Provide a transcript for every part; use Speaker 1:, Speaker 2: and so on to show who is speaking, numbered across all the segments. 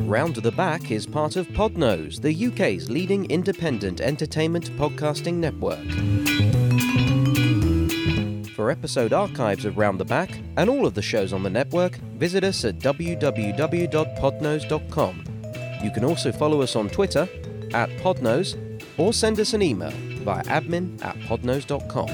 Speaker 1: Round the Back is part of Podnose, the UK's leading independent entertainment podcasting network. For episode archives of Round the Back and all of the shows on the network, visit us at www.podnose.com. You can also follow us on Twitter at Podnose or send us an email via admin at podnose.com.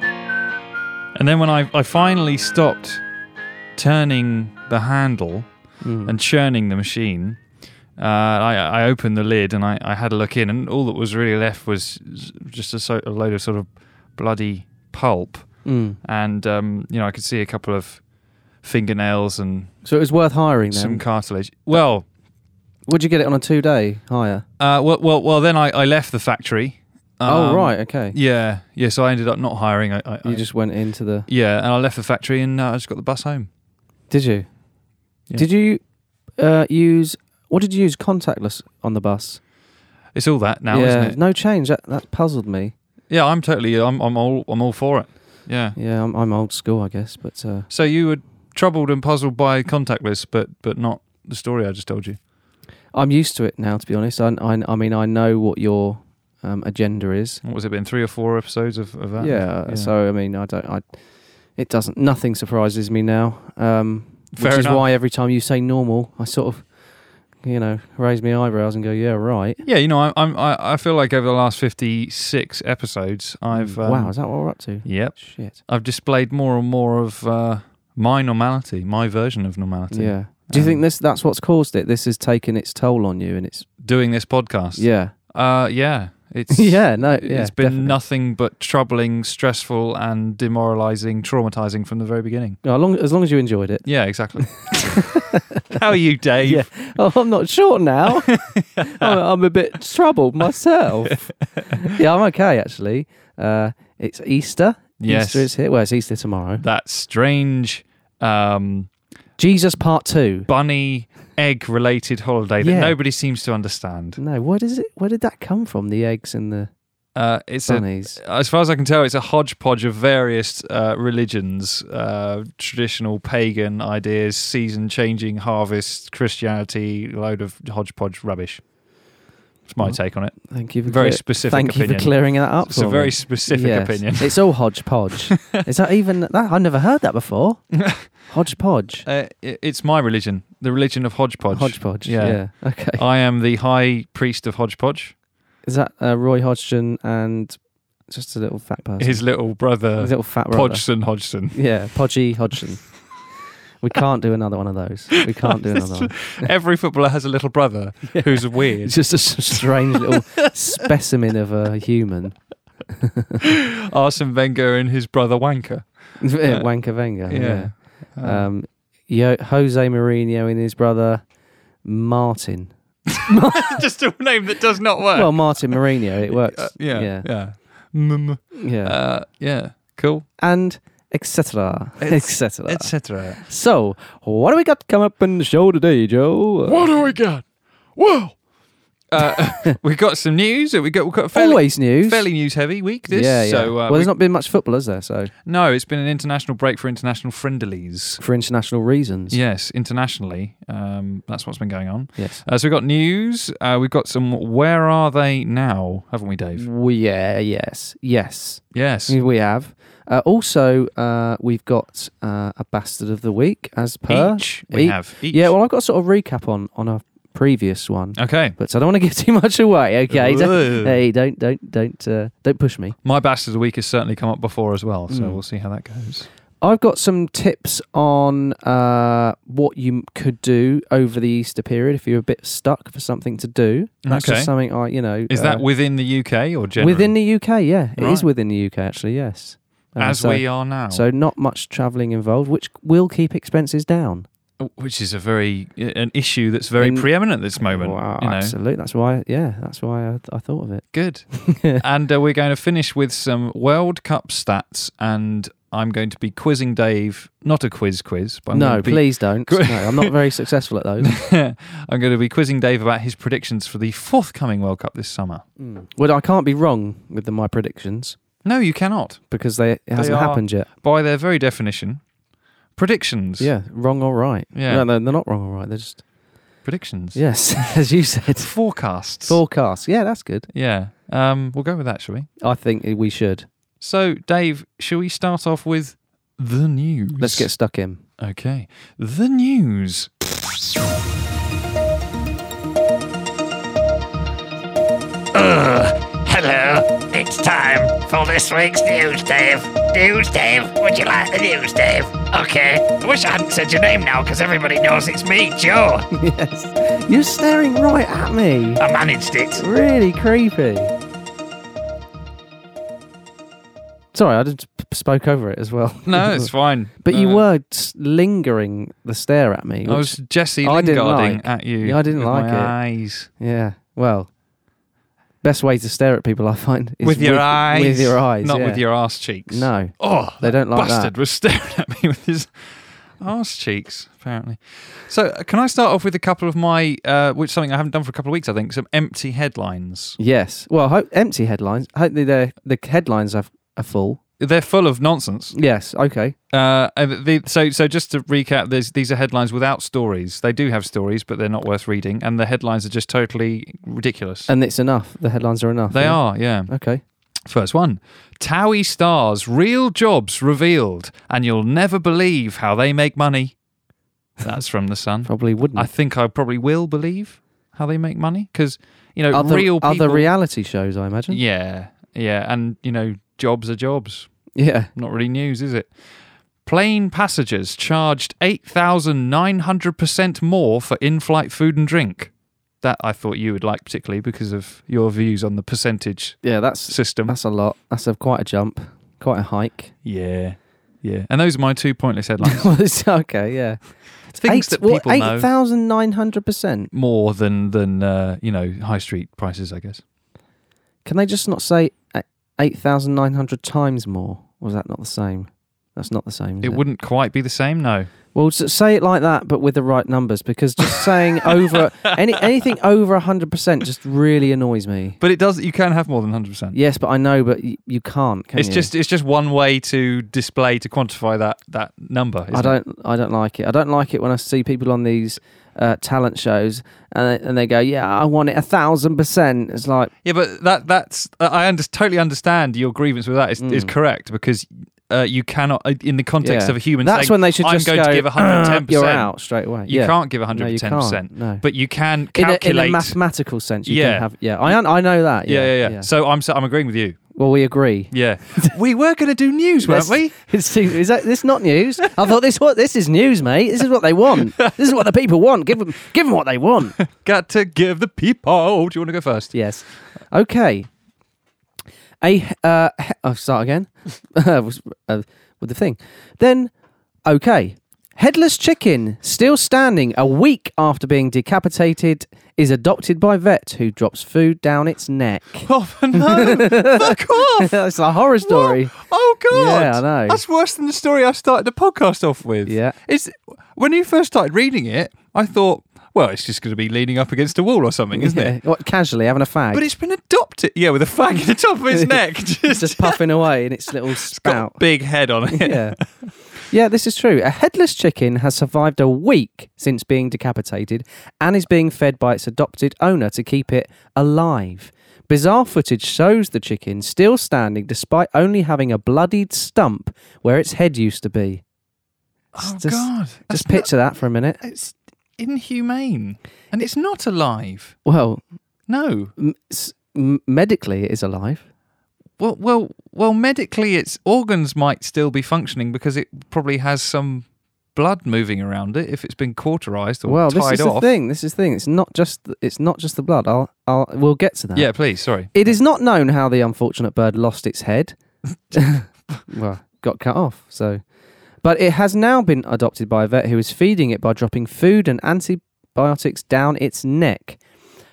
Speaker 2: And then when I, I finally stopped turning the handle
Speaker 3: Mm.
Speaker 2: and churning the machine, uh, I, I opened the lid and I, I had a look in, and all that was really left was just a, so, a load of sort of bloody pulp.
Speaker 3: Mm.
Speaker 2: And, um, you know, I could see a couple of fingernails and
Speaker 3: So it was worth hiring then.
Speaker 2: some cartilage. Well,
Speaker 3: Would you get it on a two day hire?
Speaker 2: uh, well, well, well then I, I left the factory.
Speaker 3: oh
Speaker 2: Um,
Speaker 3: right, okay.
Speaker 2: Yeah, yeah. So I ended up not hiring. I, I,
Speaker 3: you
Speaker 2: I-
Speaker 3: just went into the.
Speaker 2: yeah, and I left the factory and uh, I just got the bus home.
Speaker 3: Did you?
Speaker 2: Yeah.
Speaker 3: Did you uh, use what did you use contactless on the bus?
Speaker 2: It's all that now,
Speaker 3: yeah,
Speaker 2: isn't it?
Speaker 3: no change. That that puzzled me.
Speaker 2: Yeah, I'm totally. I'm, I'm all. I'm all for it. Yeah.
Speaker 3: Yeah, I'm, I'm old school, I guess, but uh,
Speaker 2: So you were troubled and puzzled by contactless, but but not the story I just told you.
Speaker 3: I'm used to it now. To be honest, I I, I mean I know what your um, agenda is.
Speaker 2: What was it? Been three or four episodes of, of that.
Speaker 3: yeah, So I mean, I don't. I it doesn't. Nothing surprises me now. Um, which
Speaker 2: Fair
Speaker 3: is
Speaker 2: enough.
Speaker 3: why every time you say normal, I sort of, you know, raise my eyebrows and go, yeah, right.
Speaker 2: Yeah, you know, I, I'm. I, I feel like over the last fifty six episodes, I've. Um,
Speaker 3: Mm, wow, is that what we're up to?
Speaker 2: Yep.
Speaker 3: Shit.
Speaker 2: I've displayed more and more of uh, my normality, my version of normality.
Speaker 3: Yeah. Do you
Speaker 2: Um,
Speaker 3: think this? That's what's caused it. This has taken its toll on you, and it's
Speaker 2: Doing this podcast.
Speaker 3: yeah,
Speaker 2: Uh, yeah. It's.
Speaker 3: yeah, no, yeah.
Speaker 2: it's been
Speaker 3: definitely.
Speaker 2: nothing but troubling, stressful, and demoralizing, traumatizing from the very beginning.
Speaker 3: No, as Oh, long as long as you enjoyed it.
Speaker 2: Yeah, exactly. How are you, Dave?
Speaker 3: Yeah. Oh, I'm not sure now. I'm, I'm a bit troubled myself. yeah, I'm okay actually. Uh, it's Easter.
Speaker 2: Yes.
Speaker 3: Easter is here. Well, it's Easter tomorrow.
Speaker 2: That strange um,
Speaker 3: Jesus Part Two.
Speaker 2: bunny egg related holiday that
Speaker 3: Yeah.
Speaker 2: nobody seems to understand.
Speaker 3: No, what is it? Where did that come from? The eggs and the
Speaker 2: Uh, it's a,
Speaker 3: bunnies.
Speaker 2: as far as I can tell, it's a hodgepodge of various uh, religions, uh, traditional pagan ideas, season changing, harvest, Christianity, load of hodgepodge rubbish. It's my
Speaker 3: Well,
Speaker 2: take on it.
Speaker 3: Thank you for
Speaker 2: Very
Speaker 3: Mm-hmm. clear-
Speaker 2: specific
Speaker 3: Thank you
Speaker 2: opinion.
Speaker 3: for clearing that up.
Speaker 2: it's a
Speaker 3: for
Speaker 2: very
Speaker 3: me.
Speaker 2: specific
Speaker 3: Yes.
Speaker 2: opinion.
Speaker 3: it's all hodgepodge. is that even that? I've never heard that before. Hodgepodge.
Speaker 2: Uh, i- it's my religion, the religion of hodgepodge.
Speaker 3: Hodgepodge.
Speaker 2: Yeah.
Speaker 3: Yeah. Okay.
Speaker 2: I am the high priest of hodgepodge.
Speaker 3: Is that uh, Roy Hodgson and just a little fat person?
Speaker 2: His uh, little brother,
Speaker 3: His little fat brother.
Speaker 2: Podgson Hodgson.
Speaker 3: Yeah, Podgy Hodgson. we can't do another one of those. We can't do another one.
Speaker 2: Every footballer has a little brother who's weird.
Speaker 3: It's just a s- strange little specimen of a human.
Speaker 2: Arsene Wenger and his brother Wanker.
Speaker 3: Wanker Wenger.
Speaker 2: Yeah. Uh.
Speaker 3: Yeah. Um, Yo- Jose Mourinho and his brother Martin.
Speaker 2: Just a name that does not work.
Speaker 3: Well, Martin Mourinho. It works.
Speaker 2: Uh, yeah.
Speaker 3: Yeah.
Speaker 2: Yeah. Mm,
Speaker 3: Yeah.
Speaker 2: Uh, yeah. Cool.
Speaker 3: and etc. etc.
Speaker 2: Etc.
Speaker 3: So, what do we got come up in the show today, Joe? Uh,
Speaker 2: What do we got? Well, uh, we got some news. We got we got a fairly,
Speaker 3: Always news.
Speaker 2: fairly news heavy week. This.
Speaker 3: yeah, yeah.
Speaker 2: So uh,
Speaker 3: well,
Speaker 2: we-
Speaker 3: there's not been much football, has there? So
Speaker 2: no, it's been an international break for international friendlies.
Speaker 3: for international reasons.
Speaker 2: Yes, internationally, um, that's what's been going on.
Speaker 3: Yes.
Speaker 2: Uh, so we've got news. Uh, we've got some. Where are they now? Haven't we, Dave?
Speaker 3: We, yeah. Yes. Yes.
Speaker 2: Yes.
Speaker 3: We have. Uh, also, uh, we've got uh, a bastard of the week as per.
Speaker 2: Each we
Speaker 3: Each.
Speaker 2: have. Each.
Speaker 3: Yeah. Well, I've got a sort of recap on on a previous one,
Speaker 2: Okay.
Speaker 3: but I don't want to give too much away. Okay.
Speaker 2: Ooh.
Speaker 3: Don't, hey, don't don't don't uh, don't push me.
Speaker 2: My bastard of the week has certainly come up before as well, so
Speaker 3: Mm.
Speaker 2: we'll see how that goes.
Speaker 3: I've got some tips on uh, what you m- could do over the Easter period if you're a bit stuck for something to do. That's
Speaker 2: Okay.
Speaker 3: just something I, you know.
Speaker 2: Is
Speaker 3: uh,
Speaker 2: that within the UK or generally?
Speaker 3: within the UK? Yeah, it is
Speaker 2: Right.
Speaker 3: within the UK actually. Yes, Uh,
Speaker 2: as
Speaker 3: so,
Speaker 2: we are now,
Speaker 3: So not much travelling involved, which will keep expenses down.
Speaker 2: which is a very an issue that's very
Speaker 3: In-
Speaker 2: preeminent at this moment.
Speaker 3: Wow,
Speaker 2: you know.
Speaker 3: absolutely. That's why. Yeah, that's why I, th- I thought of it.
Speaker 2: Good. and uh, we're going to finish with some World Cup stats and I'm going to be quizzing Dave, not a quiz quiz, but I'm
Speaker 3: no,
Speaker 2: going to be,
Speaker 3: please don't. No, I'm not very successful at those.
Speaker 2: I'm going to be quizzing Dave about his predictions for the forthcoming World Cup this summer.
Speaker 3: Mm. Well, I can't be wrong with the, my predictions
Speaker 2: No, you cannot.
Speaker 3: because they it hasn't
Speaker 2: are-
Speaker 3: happened yet.
Speaker 2: By their very definition, predictions.
Speaker 3: Yeah, wrong or right.
Speaker 2: Yeah.
Speaker 3: No, they're, they're not wrong or right. They're just
Speaker 2: Predictions.
Speaker 3: yes, as you said.
Speaker 2: Forecasts.
Speaker 3: Forecast. Yeah, that's good.
Speaker 2: yeah. Um, we'll go with that, shall we?
Speaker 3: I think we should.
Speaker 2: So, Dave, shall we start off with the news?
Speaker 3: Let's get stuck in.
Speaker 2: Okay. The news.
Speaker 4: Hello, it's time for this week's news, Dave. News, Dave. Would you like the news, Dave? Okay. I wish I hadn't said your name now, because everybody knows it's me, Joe.
Speaker 3: yes. You're staring right at me.
Speaker 4: I managed it.
Speaker 3: Really creepy. Sorry, I just p- spoke over it as well.
Speaker 2: No, it's fine.
Speaker 3: But you
Speaker 2: Uh,
Speaker 3: were s- lingering the stare at me.
Speaker 2: I
Speaker 3: which-
Speaker 2: was Oh, Jesse
Speaker 3: I didn't
Speaker 2: Lingarding
Speaker 3: like.
Speaker 2: at you.
Speaker 3: Yeah, I didn't
Speaker 2: with
Speaker 3: like
Speaker 2: my
Speaker 3: it.
Speaker 2: Eyes.
Speaker 3: Yeah. Well, best way to stare at people, I find, is
Speaker 2: With your eyes.
Speaker 3: With your eyes.
Speaker 2: Not with
Speaker 3: yeah.
Speaker 2: your ass cheeks.
Speaker 3: No,
Speaker 2: Oh,
Speaker 3: they don't like
Speaker 2: bastard
Speaker 3: that.
Speaker 2: was staring at me with his arse cheeks, apparently. So, uh, can I start off with a couple of my, uh, which something I haven't done for a couple of weeks, I think, some empty headlines.
Speaker 3: Yes. Well, ho- empty headlines. Hopefully, they're, the headlines are, are full.
Speaker 2: They're full of nonsense.
Speaker 3: Yes. Okay.
Speaker 2: Uh, and the, so, so just to recap, there's, these are headlines without stories. They do have stories, but they're not worth reading, and the headlines are just totally ridiculous.
Speaker 3: And it's enough. The headlines are enough.
Speaker 2: they
Speaker 3: yeah?
Speaker 2: are, yeah.
Speaker 3: Okay.
Speaker 2: First one Towie stars, real jobs revealed, and you'll never believe how they make money. That's from The Sun.
Speaker 3: Probably wouldn't.
Speaker 2: I think I probably will believe how they make money because you know
Speaker 3: other,
Speaker 2: real people.
Speaker 3: other reality shows, I imagine.
Speaker 2: yeah, yeah, and you know jobs are jobs.
Speaker 3: Yeah.
Speaker 2: Not really news, is it? Plane passengers charged eight thousand nine hundred percent more for in-flight food and drink. That I thought you would like particularly because of your views on the percentage
Speaker 3: Yeah. That's
Speaker 2: system.
Speaker 3: that's a lot. That's a, quite a jump. Quite a hike.
Speaker 2: yeah, yeah. And those are my two pointless headlines.
Speaker 3: Well, it's- okay. Yeah.
Speaker 2: Things
Speaker 3: Eight-
Speaker 2: that
Speaker 3: what,
Speaker 2: people know
Speaker 3: Eight thousand nine hundred percent.
Speaker 2: more than than uh, you know high street prices, I guess.
Speaker 3: Can they just not say eight thousand nine hundred times more? Or is that not the same? That's not the same. Is
Speaker 2: It
Speaker 3: it?
Speaker 2: wouldn't quite be the same, no.
Speaker 3: Well, s- say it like that, but with the right numbers, because just saying over any anything over hundred percent just really annoys me.
Speaker 2: But it does. You can have more than hundred percent.
Speaker 3: Yes, but I know, but y- you can't. Can
Speaker 2: it's
Speaker 3: you?
Speaker 2: just it's just one way to display to quantify that that number.
Speaker 3: I
Speaker 2: Isn't It?
Speaker 3: don't I don't like it. I don't like it when I see people on these uh, talent shows and they, and they go, yeah, I want it a thousand percent. It's like
Speaker 2: Yeah, but that that's I under, totally understand your grievance with that is, is
Speaker 3: Mm.
Speaker 2: correct because uh, you cannot in the context
Speaker 3: Yeah.
Speaker 2: of a human.
Speaker 3: that's
Speaker 2: saying,
Speaker 3: when they should
Speaker 2: I'm
Speaker 3: just
Speaker 2: going
Speaker 3: go, "Ah,
Speaker 2: to give 110.
Speaker 3: You're
Speaker 2: percent
Speaker 3: out straight away.
Speaker 2: You
Speaker 3: yeah.
Speaker 2: can't give
Speaker 3: No, you
Speaker 2: 110
Speaker 3: can't.
Speaker 2: percent,
Speaker 3: No.
Speaker 2: but you can
Speaker 3: In a,
Speaker 2: calculate.
Speaker 3: in a mathematical sense, you
Speaker 2: Yeah.
Speaker 3: can have. Yeah, I un- I know that.
Speaker 2: yeah,
Speaker 3: Yeah,
Speaker 2: yeah, yeah, So I'm so I'm agreeing with you.
Speaker 3: Well, we agree.
Speaker 2: Yeah, we were going to do news, weren't
Speaker 3: That's-
Speaker 2: we?
Speaker 3: It seems, is that this not news? I thought this what this is news, mate. This is what they want. This is what the people want. Give them, give them what they want.
Speaker 2: Got to give the people. Do you want to go first?
Speaker 3: Yes. Okay. A uh, he- oh, start again Was- uh, with the thing. Then, okay. Headless chicken still standing a week after being decapitated is adopted by vet who drops food down its neck.
Speaker 2: Oh no! Fuck off!
Speaker 3: it's a horror story.
Speaker 2: What? Oh god!
Speaker 3: Yeah, I know.
Speaker 2: That's worse than the story I started the podcast off with.
Speaker 3: Yeah.
Speaker 2: It's when you first started reading it, I thought, well, it's just going to be leaning up against a wall or something, isn't
Speaker 3: Yeah.
Speaker 2: it?
Speaker 3: What casually having a fag.
Speaker 2: But it's been adopted. Yeah, with a fag in the top of his neck. Just,
Speaker 3: just puffing away in its little spout.
Speaker 2: got a big head on it.
Speaker 3: yeah. Yeah, this is true. A headless chicken has survived a week since being decapitated and is being fed by its adopted owner to keep it alive. Bizarre footage shows the chicken still standing despite only having a bloodied stump where its head used to be.
Speaker 2: Oh
Speaker 3: Just-
Speaker 2: god! That's
Speaker 3: Just picture that for a minute.
Speaker 2: not- it's inhumane, and it's not alive.
Speaker 3: Well,
Speaker 2: No.
Speaker 3: m- s- m- medically, it is alive.
Speaker 2: Well, well, well. Medically, its organs might still be functioning because it probably has some blood moving around it if it's been cauterized or
Speaker 3: Well,
Speaker 2: tied
Speaker 3: this is
Speaker 2: off.
Speaker 3: the thing. This is the thing. It's not just th- it's not just the blood. I'll, I'll we'll get to that.
Speaker 2: Yeah, please. Sorry.
Speaker 3: It is not known how the unfortunate bird lost its head. well, got cut off, so. But it has now been adopted by a vet who is feeding it by dropping food and antibiotics down its neck.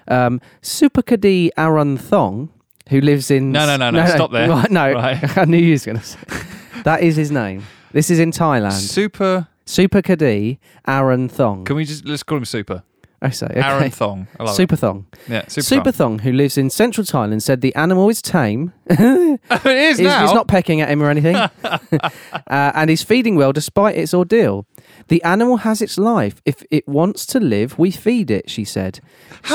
Speaker 3: Um, Supakadi Aranthong, who lives in.
Speaker 2: No, no, no, no, stop there.
Speaker 3: Right, no,
Speaker 2: Right.
Speaker 3: I knew you was going to say. That is his name. This is in Thailand.
Speaker 2: Super.
Speaker 3: Super Kadi Aaron Thong.
Speaker 2: Can we just let's call him Super?
Speaker 3: I say, Oh, okay.
Speaker 2: Aaron Thong. I love
Speaker 3: Super Thong.
Speaker 2: It. Yeah, Super.
Speaker 3: Super
Speaker 2: Thong.
Speaker 3: Thong, who lives in central Thailand, said the animal is tame.
Speaker 2: it is
Speaker 3: He's,
Speaker 2: now.
Speaker 3: he's not pecking at him or anything. uh, and he's feeding well despite its ordeal. The animal has its life. If it wants to live, we feed it, she said.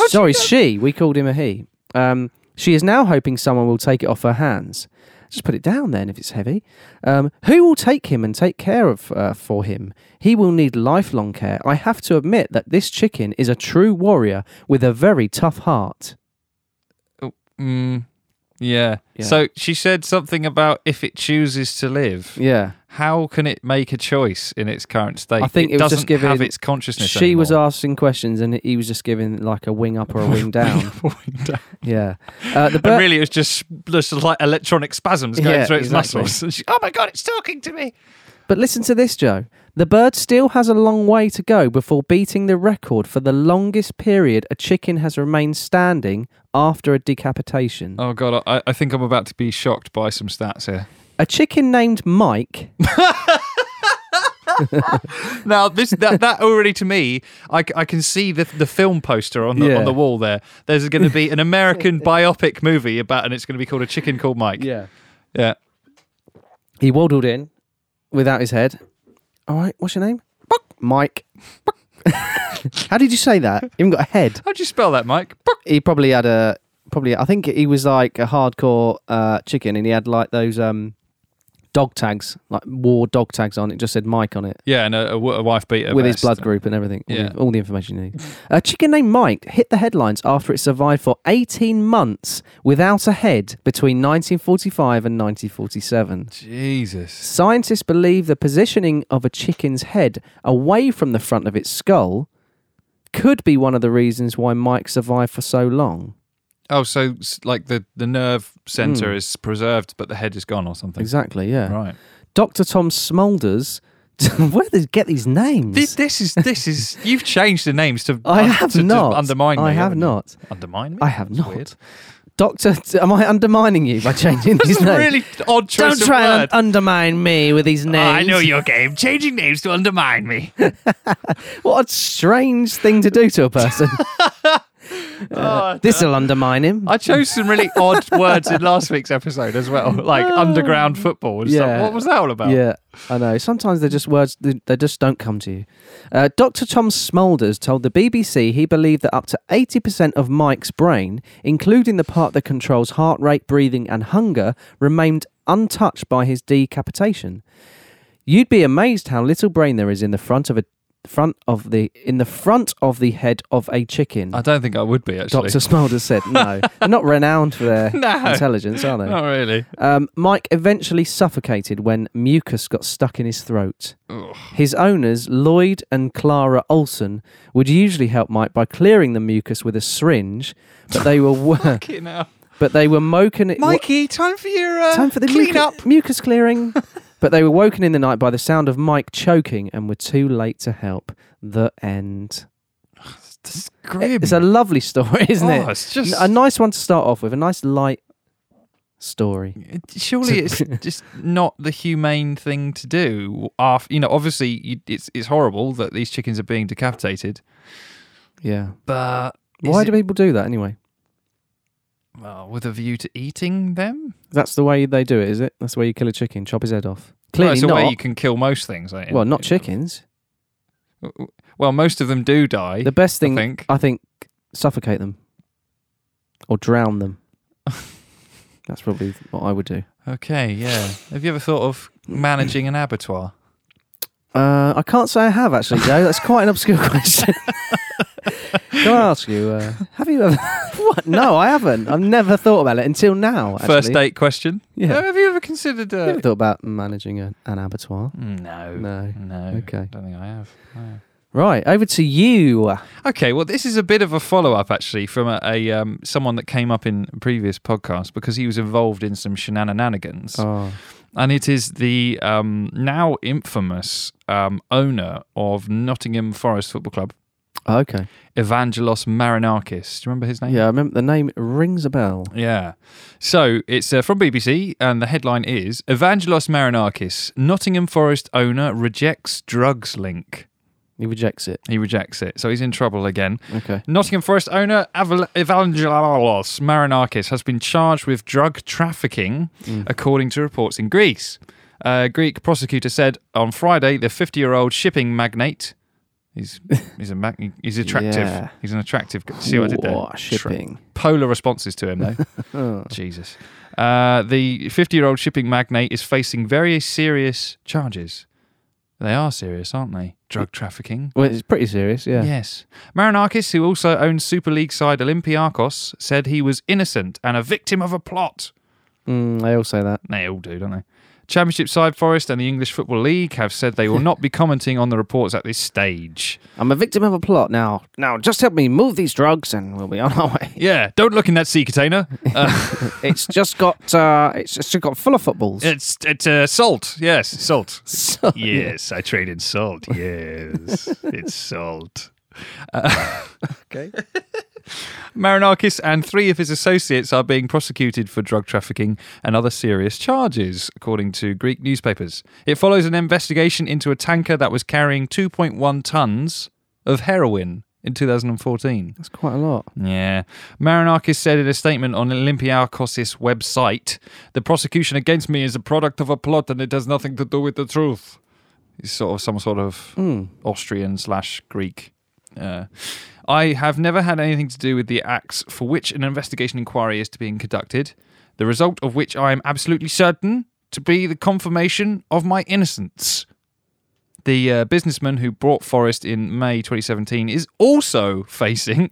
Speaker 3: Sorry, she. We called him a he. Um, she is now hoping someone will take it off her hands. Just put it down then if it's heavy. Um, who will take him and take care of uh, for him? He will need lifelong care. I have to admit that this chicken is a true warrior with a very tough heart.
Speaker 2: Mm, yeah.
Speaker 3: Yeah.
Speaker 2: So she said something about if it chooses to live.
Speaker 3: Yeah.
Speaker 2: How can it make a choice in its current state?
Speaker 3: I think
Speaker 2: it,
Speaker 3: it was
Speaker 2: doesn't
Speaker 3: just giving-
Speaker 2: have its consciousness.
Speaker 3: She was
Speaker 2: anymore.
Speaker 3: asking questions, and he was just giving like a wing up or a wing down. yeah, uh, the
Speaker 2: and
Speaker 3: bird.
Speaker 2: really, it's just just like electronic spasms going
Speaker 3: Yeah,
Speaker 2: through its
Speaker 3: exactly.
Speaker 2: muscles. And she- oh my god, it's talking to me!
Speaker 3: but listen to this, Joe. The bird still has a long way to go before beating the record for the longest period a chicken has remained standing after a decapitation.
Speaker 2: Oh god, I, I think I'm about to be shocked by some stats here.
Speaker 3: A chicken named Mike.
Speaker 2: Now this that, that already to me, I, c- I can see the the film poster on the
Speaker 3: Yeah.
Speaker 2: on the wall there. There's going to be an American biopic movie about, and it's going to be called A Chicken Called Mike.
Speaker 3: yeah.
Speaker 2: yeah.
Speaker 3: He waddled in without his head. All right, what's your name? Mike. How did you say that? You haven't got a head.
Speaker 2: How do you spell that, Mike?
Speaker 3: he probably had a probably I think he was like a hardcore uh, chicken and he had like those um dog tags like war dog tags on it just said Mike on it
Speaker 2: Yeah, and a, a w- a wife beater
Speaker 3: with his
Speaker 2: vest.
Speaker 3: blood group and everything all,
Speaker 2: Yeah.
Speaker 3: the, all the information you need a chicken named Mike hit the headlines after it survived for 18 months without a head between 1945 and 1947
Speaker 2: Jesus.
Speaker 3: Scientists believe the positioning of a chicken's head away from the front of its skull could be one of the reasons why Mike survived for so long.
Speaker 2: Oh, so s- like the the nerve center
Speaker 3: Hmm.
Speaker 2: is preserved, but the head is gone or something.
Speaker 3: Exactly, yeah.
Speaker 2: Right.
Speaker 3: Dr. Tom Smolders. Where do they get these names?
Speaker 2: This, this is this is you've changed the names to um,
Speaker 3: I have
Speaker 2: Oh, to, to
Speaker 3: not.
Speaker 2: undermine me.
Speaker 3: I have
Speaker 2: haven't you?
Speaker 3: not.
Speaker 2: undermine me.
Speaker 3: I have
Speaker 2: That's
Speaker 3: not.
Speaker 2: weird.
Speaker 3: Doctor, am I undermining you by changing
Speaker 2: This
Speaker 3: these
Speaker 2: is a
Speaker 3: names?
Speaker 2: really odd choice
Speaker 3: Don't try
Speaker 2: of
Speaker 3: and
Speaker 2: word. Oh,
Speaker 3: undermine me with these names.
Speaker 4: I know your game. Changing names to undermine me.
Speaker 3: What a strange thing to do to a person. Uh,
Speaker 2: Oh,
Speaker 3: this will undermine him.
Speaker 2: I chose some really odd words in last week's episode as well, like underground football and
Speaker 3: Oh. Yeah.
Speaker 2: stuff. What was that all about?
Speaker 3: Yeah, I know. Sometimes they're just words, they they just don't come to you. Uh, Dr. Tom Smulders told the BBC he believed that up to 80% of Mike's brain, including the part that controls heart rate, breathing, and hunger, remained untouched by his decapitation. You'd be amazed how little brain there is in the front of a front of the in the front of the head of a chicken.
Speaker 2: I don't think I would be actually.
Speaker 3: Dr. Smulders said, "No, they're not renowned for their
Speaker 2: No.
Speaker 3: intelligence, are they?"
Speaker 2: Not really.
Speaker 3: Um, Mike eventually suffocated when mucus got stuck in his throat. His owners, Lloyd and Clara Olson, would usually help Mike by clearing the mucus with a syringe, but they were wor-
Speaker 2: Fucking hell.
Speaker 3: but they were woken. it-
Speaker 2: Mikey, time for your
Speaker 3: Wha-
Speaker 2: uh,
Speaker 3: time for the
Speaker 2: clean
Speaker 3: mucu-
Speaker 2: up.
Speaker 3: mucus clearing. but they were woken in the night by the sound of Mike choking and were too late to help. The end.
Speaker 2: That's grim.
Speaker 3: It's a lovely story, isn't
Speaker 2: Oh,
Speaker 3: it?
Speaker 2: it's just-
Speaker 3: a nice one to start off with. A nice light story.
Speaker 2: It- Surely it's just not the humane thing to do. After you know, obviously you, it's it's horrible that these chickens are being decapitated,
Speaker 3: Yeah.
Speaker 2: but is
Speaker 3: Why
Speaker 2: it-
Speaker 3: do people do that anyway?
Speaker 2: well, with a view to eating them?
Speaker 3: That's the way they do it, is it? That's the way you kill a chicken, chop his head off. Clearly
Speaker 2: well, it's a
Speaker 3: not.
Speaker 2: way you can kill most things. Right?
Speaker 3: well, not chickens.
Speaker 2: Well, most of them do die.
Speaker 3: The best thing, I think,
Speaker 2: think.
Speaker 3: suffocate them or drown them. That's probably what I would do.
Speaker 2: okay, yeah. Have you ever thought of managing an abattoir?
Speaker 3: Uh, I can't say I have actually, Joe. That's quite an obscure question. Can I ask you? Uh, have you ever? what? No, I haven't. I've never thought about it until now. Actually.
Speaker 2: First date question.
Speaker 3: Yeah.
Speaker 2: Uh, Have you ever considered?
Speaker 3: Have you
Speaker 2: Uh, Hmm,
Speaker 3: ever thought about managing a, an abattoir?
Speaker 2: no.
Speaker 3: No.
Speaker 2: No.
Speaker 3: Okay.
Speaker 2: Don't think I have. No.
Speaker 3: Right, over to you.
Speaker 2: Okay, well, this is a bit of a follow up actually from a, a um, someone that came up in a previous podcast because he was involved in some shenanigans,
Speaker 3: Oh,
Speaker 2: and it is the um, now infamous um, owner of Nottingham Forest Football Club,
Speaker 3: Okay.
Speaker 2: Evangelos Marinakis. Do you remember his name?
Speaker 3: Yeah, I remember the name rings a bell.
Speaker 2: Yeah. So it's uh, from BBC, and the headline is Evangelos Marinakis, Nottingham Forest owner rejects drugs link.
Speaker 3: He rejects it.
Speaker 2: He rejects it, so he's in trouble again.
Speaker 3: Okay.
Speaker 2: Nottingham Forest owner Aval- Evangelos Marinakis has been charged with drug trafficking,
Speaker 3: Mm.
Speaker 2: according to reports in Greece. A Greek prosecutor said on Friday the 50 year old shipping magnate. He's he's a mag- he's attractive.
Speaker 3: Yeah.
Speaker 2: He's an attractive. gu- See what I did there?
Speaker 3: Whoa,
Speaker 2: Tra-
Speaker 3: ah, shipping.
Speaker 2: polar responses to him though. Jesus. Uh, the 50 year old shipping magnate is facing very serious charges. They are serious, aren't they? Drug trafficking.
Speaker 3: Well, it's pretty serious, yeah.
Speaker 2: Yes. Marinakis, who also owns Super League side Olympiakos, said he was innocent and a victim of a plot.
Speaker 3: Mm, they all say that.
Speaker 2: They all do, don't they? Championship side Forest and the English Football League have said they will not be commenting on the reports at this stage.
Speaker 3: I'm a victim of a plot now. Now, just help me move these drugs and we'll be on our way.
Speaker 2: Yeah, don't look in that sea container. Uh,
Speaker 3: It's just got, uh, it's just got full of footballs.
Speaker 2: it's it's uh, salt. Yes, salt.
Speaker 3: So-
Speaker 2: Yes, I trade in salt. Yes, it's salt.
Speaker 3: Okay.
Speaker 2: Marinakis and three of his associates are being prosecuted for drug trafficking and other serious charges, according to Greek newspapers. It follows an investigation into a tanker that was carrying 2.1 tons of heroin in 2014.
Speaker 3: That's quite a lot.
Speaker 2: Yeah. Marinakis said in a statement on Olympiakos' website The prosecution against me is a product of a plot and it has nothing to do with the truth. He's sort of some sort of Austrian slash Greek. Uh, I have never had anything to do with the acts for which an investigation inquiry is to be conducted, the result of which I am absolutely certain to be the confirmation of my innocence. The uh, businessman who bought Forrest in May 2017 is also facing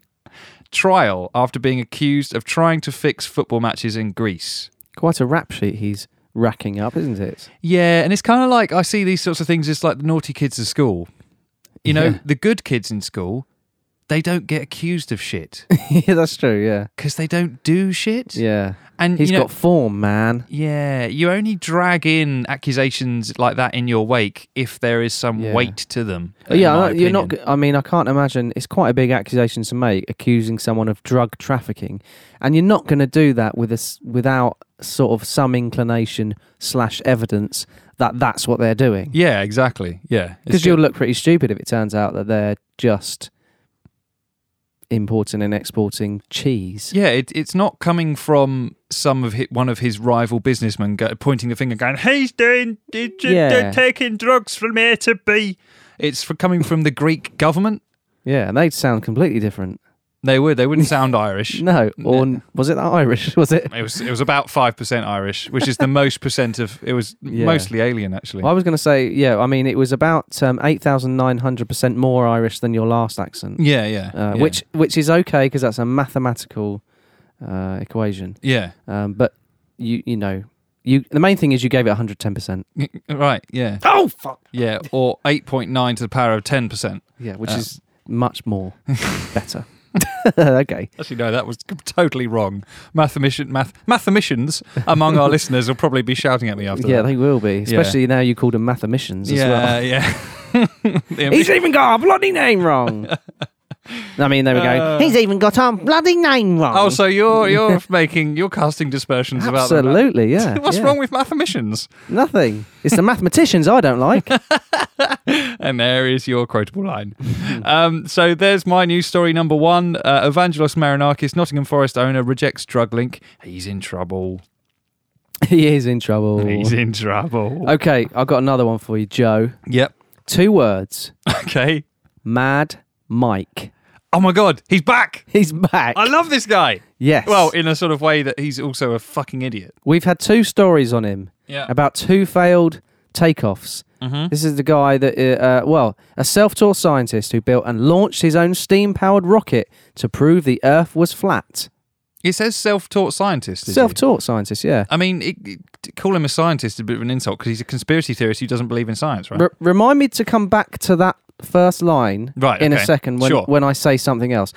Speaker 2: trial after being accused of trying to fix football matches in Greece.
Speaker 3: Quite a rap sheet he's racking up, isn't it?
Speaker 2: Yeah, and it's kind of like I see these sorts of things. It's like the naughty kids at school. You know,
Speaker 3: Yeah.
Speaker 2: the good kids in school, they don't get accused of shit
Speaker 3: yeah, that's true, yeah.
Speaker 2: because they don't do shit.
Speaker 3: Yeah.
Speaker 2: and
Speaker 3: He's
Speaker 2: you know,
Speaker 3: got form, man.
Speaker 2: yeah, you only drag in accusations like that in your wake if there is some
Speaker 3: Yeah.
Speaker 2: weight to them.
Speaker 3: But yeah,
Speaker 2: in my
Speaker 3: I- you're not.
Speaker 2: opinion.
Speaker 3: g- I mean, I can't imagine. It's quite a big accusation to make, accusing someone of drug trafficking, and you're not going to do that with us without sort of some inclination slash evidence that that's what they're doing.
Speaker 2: Yeah, exactly. Yeah, It's
Speaker 3: Because you'll look pretty stupid if it turns out that they're just importing and exporting cheese.
Speaker 2: Yeah, it, it's not coming from some of hi one of his rival businessmen go, pointing the finger, going, "He's doing, he's ju-
Speaker 3: Yeah.
Speaker 2: they're taking drugs from A to B." It's for coming from the Greek government.
Speaker 3: Yeah, and they'd sound completely different.
Speaker 2: They would, they wouldn't sound Irish.
Speaker 3: No, or n- was it that Irish? Was it?
Speaker 2: It was, it was about five percent Irish, which is the most percent of. It was
Speaker 3: Yeah.
Speaker 2: mostly alien, actually.
Speaker 3: I was going to say, yeah. I mean, it was about um, eight thousand nine hundred percent more Irish than your last accent.
Speaker 2: Yeah, yeah,
Speaker 3: uh,
Speaker 2: yeah.
Speaker 3: which which is okay because that's a mathematical uh, equation.
Speaker 2: yeah,
Speaker 3: Um, but you you know you the main thing is you gave it 110. percent
Speaker 2: right, yeah. Oh fuck. Yeah, or eight point nine to the power of ten percent.
Speaker 3: Yeah, which
Speaker 2: Uh.
Speaker 3: is much more better. okay,
Speaker 2: Actually, no, that was totally wrong. Mathematician, math, mathematicians among our listeners will probably be shouting at me after
Speaker 3: yeah,
Speaker 2: that.
Speaker 3: they will be, especially now you called them mathematicians as
Speaker 2: yeah,
Speaker 3: well.
Speaker 2: yeah. The ambi-
Speaker 3: He's even got our bloody name wrong. I mean, there we go. He's even got our bloody name wrong.
Speaker 2: Uh. oh, so you're you're making you're casting dispersions about that.
Speaker 3: absolutely, yeah.
Speaker 2: What's
Speaker 3: yeah.
Speaker 2: wrong with mathematicians?
Speaker 3: Nothing. It's the mathematicians I don't like.
Speaker 2: And there is your quotable line. um, so there's my news story number one. Uh, Evangelos Marinakis, Nottingham Forest owner, rejects drug link. He's in trouble.
Speaker 3: he is in trouble.
Speaker 2: He's in trouble.
Speaker 3: Okay, I've got another one for you, Joe.
Speaker 2: Yep.
Speaker 3: Two words.
Speaker 2: Okay.
Speaker 3: Mad Mike.
Speaker 2: Oh my God, he's back.
Speaker 3: He's back.
Speaker 2: I love this guy.
Speaker 3: yes.
Speaker 2: Well, in a sort of way that he's also a fucking idiot.
Speaker 3: we've had two stories on him
Speaker 2: Yeah.
Speaker 3: about two failed takeoffs.
Speaker 2: Mm-hmm.
Speaker 3: This is the guy that, uh, uh, well, a self taught scientist who built and launched his own steam powered rocket to prove the Earth was flat.
Speaker 2: It says self-taught scientist. is he?
Speaker 3: Self taught scientist, yeah.
Speaker 2: I mean, it, it- to call him a scientist is a bit of an insult because he's a conspiracy theorist who doesn't believe in science, right?
Speaker 3: R- remind me to come back to that first line
Speaker 2: Right,
Speaker 3: in
Speaker 2: okay.
Speaker 3: a second when,
Speaker 2: Sure.
Speaker 3: when I say something else.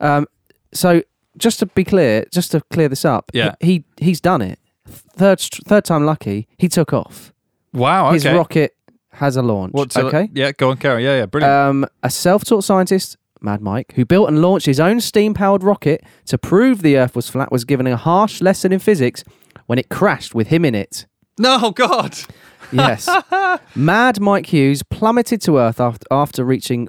Speaker 3: Um, so just to be clear, just to clear this up,
Speaker 2: Yeah.
Speaker 3: he, he's done it. Third st- third time lucky, he took off.
Speaker 2: wow. Okay.
Speaker 3: His rocket has a launch.
Speaker 2: What's a-
Speaker 3: okay. Uh,
Speaker 2: yeah, go on, carry. on. Yeah, yeah, brilliant.
Speaker 3: Um, a self-taught scientist Mad Mike, who built and launched his own steam powered rocket to prove the Earth was flat, was given a harsh lesson in physics when it crashed with him in it.
Speaker 2: No, oh, God.
Speaker 3: Yes. Mad Mike Hughes plummeted to Earth after, after reaching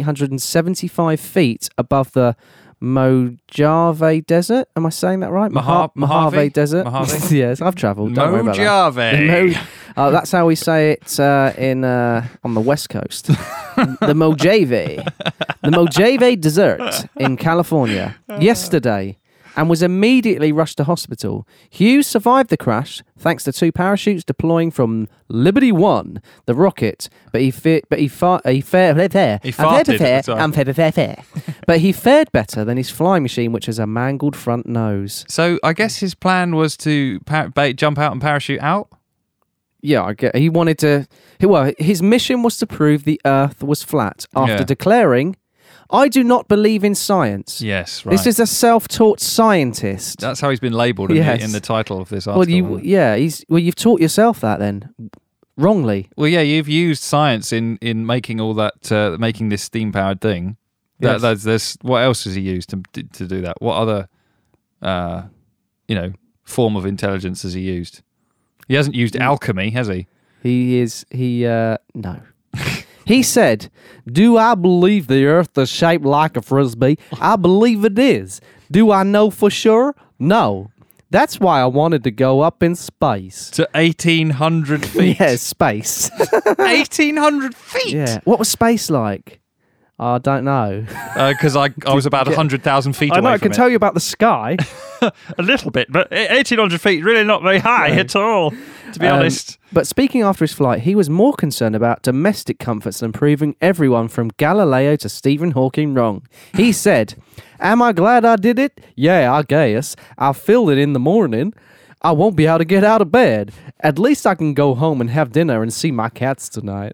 Speaker 3: 1,875 feet above the Mojave Desert. Am I saying that right?
Speaker 2: Moja-
Speaker 3: Moja- Mojave
Speaker 2: Mojave?
Speaker 3: Desert.
Speaker 2: Mojave?
Speaker 3: yes, I've travelled. Don't worry about that.
Speaker 2: Mojave.
Speaker 3: The Mo- uh, that's how we say it uh, in uh, on the west coast. the Mojave, the Mojave Desert in California yesterday, and was immediately rushed to hospital. Hughes survived the crash thanks to two parachutes deploying from Liberty One, the rocket. But he fe- but he far- he fair there.
Speaker 2: He farted, sorry.
Speaker 3: But he fared better than his flying machine, which has a mangled front nose.
Speaker 2: So I guess his plan was to par- ba- jump out and parachute out.
Speaker 3: Yeah, I get. He wanted to. he- Well, his mission was to prove the Earth was flat after
Speaker 2: Yeah.
Speaker 3: declaring, "I do not believe in science.
Speaker 2: Yes, right.
Speaker 3: This is a self-taught scientist."
Speaker 2: That's how he's been labelled in,
Speaker 3: Yes.
Speaker 2: the, in the title of this
Speaker 3: well,
Speaker 2: article.
Speaker 3: you yeah. He's well. You've taught yourself that then, wrongly.
Speaker 2: Well, yeah, you've used science in in making all that, uh, making this steam powered thing. That,
Speaker 3: Yes.
Speaker 2: that's, that's what else has he used to to do that? What other, uh, you know, form of intelligence has he used? He hasn't used alchemy, has he?
Speaker 3: He is. He uh no. he said, "Do I believe the Earth is shaped like a frisbee? I believe it is. Do I know for sure? No. That's why I wanted to go up in space."
Speaker 2: To eighteen hundred feet.
Speaker 3: Yeah, space.
Speaker 2: eighteen hundred feet.
Speaker 3: Yeah. What was space like? I don't know.
Speaker 2: Because Uh, I I was about hundred thousand feet
Speaker 5: I
Speaker 2: away
Speaker 5: know, I
Speaker 2: from
Speaker 5: can
Speaker 2: it.
Speaker 5: tell you about the sky
Speaker 2: a little bit, e,
Speaker 5: but eighteen hundred feet really not very high at all.
Speaker 2: to be
Speaker 3: Um,
Speaker 2: honest.
Speaker 3: But speaking after his flight, he was more concerned about domestic comforts than proving everyone from Galileo to Stephen Hawking wrong. He said, Am I glad I did it? Yeah, I guess. I feel it in the morning. I won't be able to get out of bed. At least I can go home and have dinner and see my cats tonight.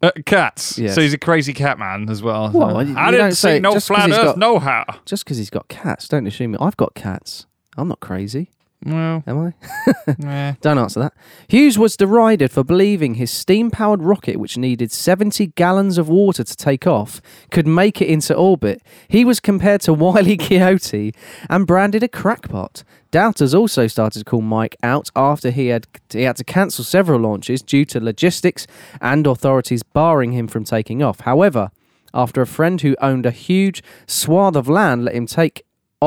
Speaker 2: Uh, cats.
Speaker 3: Yes.
Speaker 2: So he's a crazy cat man as well.
Speaker 3: Well, you-
Speaker 2: I
Speaker 3: you don't
Speaker 2: didn't
Speaker 3: say
Speaker 2: see
Speaker 3: it
Speaker 2: no
Speaker 3: just 'cause
Speaker 2: flat
Speaker 3: he's
Speaker 2: Earth,
Speaker 3: got-
Speaker 2: no how.
Speaker 3: Just because he's got cats, don't assume it. I've got cats. I'm not crazy,
Speaker 2: Well,
Speaker 3: am I?
Speaker 2: eh.
Speaker 3: Don't answer that. Hughes was derided for believing his steam powered rocket, which needed 70 gallons of water to take off, could make it into orbit. He was compared to Wile E. Coyote and branded a crackpot. Doubters also started to call Mike out after he had, he had to cancel several launches due to logistics and authorities barring him from taking off. However, after a friend who owned a huge swath of land let him take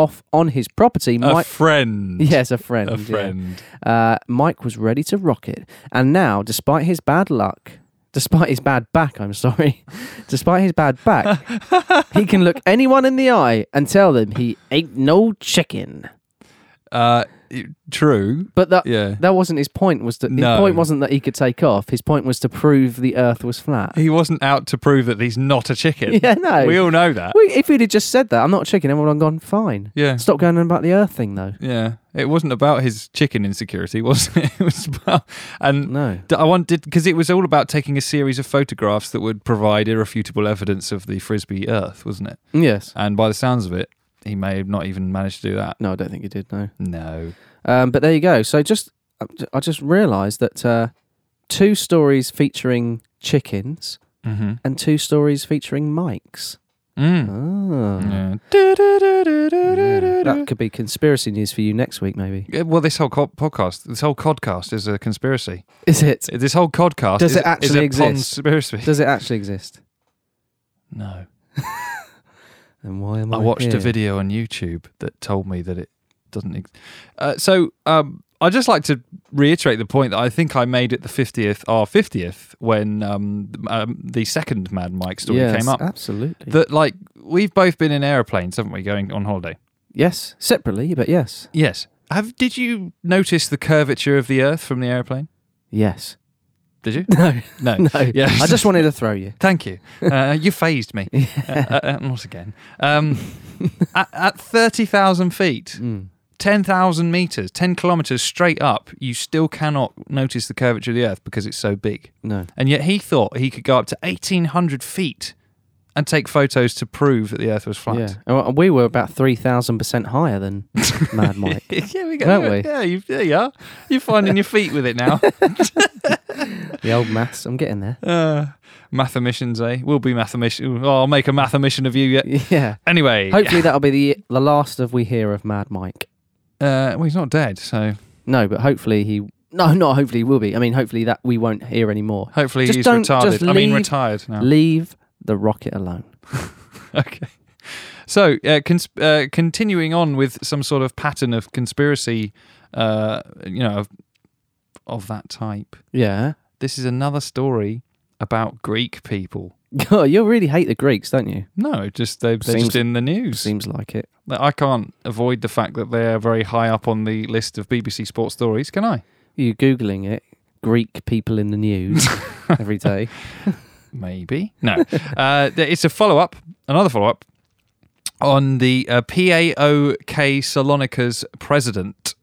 Speaker 3: off on his property,
Speaker 2: a
Speaker 3: Mike.
Speaker 2: friend.
Speaker 3: Yes, a friend.
Speaker 2: A
Speaker 3: yeah.
Speaker 2: friend.
Speaker 3: Uh, Mike was ready to rock it. And now, despite his bad luck, despite his bad back, I'm sorry, despite his bad back, he can look anyone in the eye and tell them he ain't no chicken.
Speaker 2: Uh, y- true.
Speaker 3: But that
Speaker 2: Yeah.
Speaker 3: that wasn't his point. Was that
Speaker 2: No.
Speaker 3: his point wasn't that he could take off. His point was to prove the Earth was flat.
Speaker 2: He wasn't out to prove that he's not a chicken.
Speaker 3: Yeah, no.
Speaker 2: We all know that.
Speaker 3: We- if he'd have just said that, I'm not a chicken, everyone would have gone fine.
Speaker 2: Yeah.
Speaker 3: Stop going on about the Earth thing though.
Speaker 2: Yeah. It wasn't about his chicken insecurity, was it? It was about and
Speaker 3: No.
Speaker 2: d- I wanted because it was all about taking a series of photographs that would provide irrefutable evidence of the frisbee Earth, wasn't it?
Speaker 3: Yes.
Speaker 2: And by the sounds of it, he may have not even managed to do that.
Speaker 3: No, I don't think he did. No.
Speaker 2: No.
Speaker 3: Um, but there you go. So just I just realised that uh, two stories featuring chickens
Speaker 2: Mm-hmm.
Speaker 3: and two stories featuring mics.
Speaker 2: Mm.
Speaker 3: Ah.
Speaker 2: Yeah.
Speaker 3: That could be conspiracy news for you next week, maybe.
Speaker 2: Yeah, Well, this whole co- podcast, this whole podcast is a conspiracy.
Speaker 3: Is it?
Speaker 2: This whole podcast
Speaker 3: Does
Speaker 2: is,
Speaker 3: it
Speaker 2: a- is
Speaker 3: actually
Speaker 2: a
Speaker 3: exist?
Speaker 2: conspiracy.
Speaker 3: Does it actually exist?
Speaker 2: no,
Speaker 3: And why am I?
Speaker 2: I watched
Speaker 3: here?
Speaker 2: a video on YouTube that told me that it doesn't. Ex- uh, so um, I just like to reiterate the point that I think I made at the fiftieth, our fiftieth, when um, um, the second Mad Mike story
Speaker 3: Yes, Ah,
Speaker 2: came up.
Speaker 3: Absolutely.
Speaker 2: That like we've both been in airplanes, haven't we, going on holiday?
Speaker 3: yes, separately, but yes,
Speaker 2: Yes. Have did you notice the curvature of the Earth from the airplane?
Speaker 3: yes.
Speaker 2: Did you?
Speaker 3: No,
Speaker 2: No.
Speaker 3: no.
Speaker 2: Yes.
Speaker 3: I just wanted to throw you.
Speaker 2: Thank you. Uh, you phased me. Uh, uh, uh, not again. Um, at at 30,000 feet,
Speaker 3: Mm,
Speaker 2: 10,000 meters, 10 kilometers straight up, you still cannot notice the curvature of the Earth because it's so big.
Speaker 3: No.
Speaker 2: And yet he thought he could go up to 1,800 feet and take photos to prove that the Earth was flat.
Speaker 3: Yeah. Oh, We were about 3,000% higher than Mad Mike.
Speaker 2: Yeah, we go.
Speaker 3: Weren't
Speaker 2: yeah,
Speaker 3: we?
Speaker 2: Yeah, you, there you are. You're finding your feet with it now.
Speaker 3: the old maths. I'm getting there.
Speaker 2: Uh, mathematicians, eh? We'll be mathematicians. Oh, I'll make a mathematician of you yet.
Speaker 3: Yeah.
Speaker 2: Anyway,
Speaker 3: Hopefully that'll be the the last of we hear of Mad Mike.
Speaker 2: uh, well, he's not dead, so
Speaker 3: No, but hopefully he. No, not hopefully he will be. I mean, hopefully that we won't hear anymore.
Speaker 2: hopefully
Speaker 3: Just
Speaker 2: he's
Speaker 3: don't-
Speaker 2: retarded.
Speaker 3: just
Speaker 2: I mean,
Speaker 3: leave-
Speaker 2: retired now.
Speaker 3: Leave the rocket alone.
Speaker 2: okay. So, uh, cons- uh, continuing on with some sort of pattern of conspiracy, uh, you know, of, of that type.
Speaker 3: Yeah.
Speaker 2: This is another story about Greek people.
Speaker 3: you really hate the Greeks, don't you?
Speaker 2: No, just they, they're
Speaker 3: Seems-
Speaker 2: just in the news.
Speaker 3: Seems like it.
Speaker 2: Like, I can't avoid the fact that they are very high up on the list of BBC sports stories, can I?
Speaker 3: You googling it? Greek people in the news every day.
Speaker 2: Maybe. No. uh, th- it's a follow up, another follow up on the uh, PAOK Salonika's president,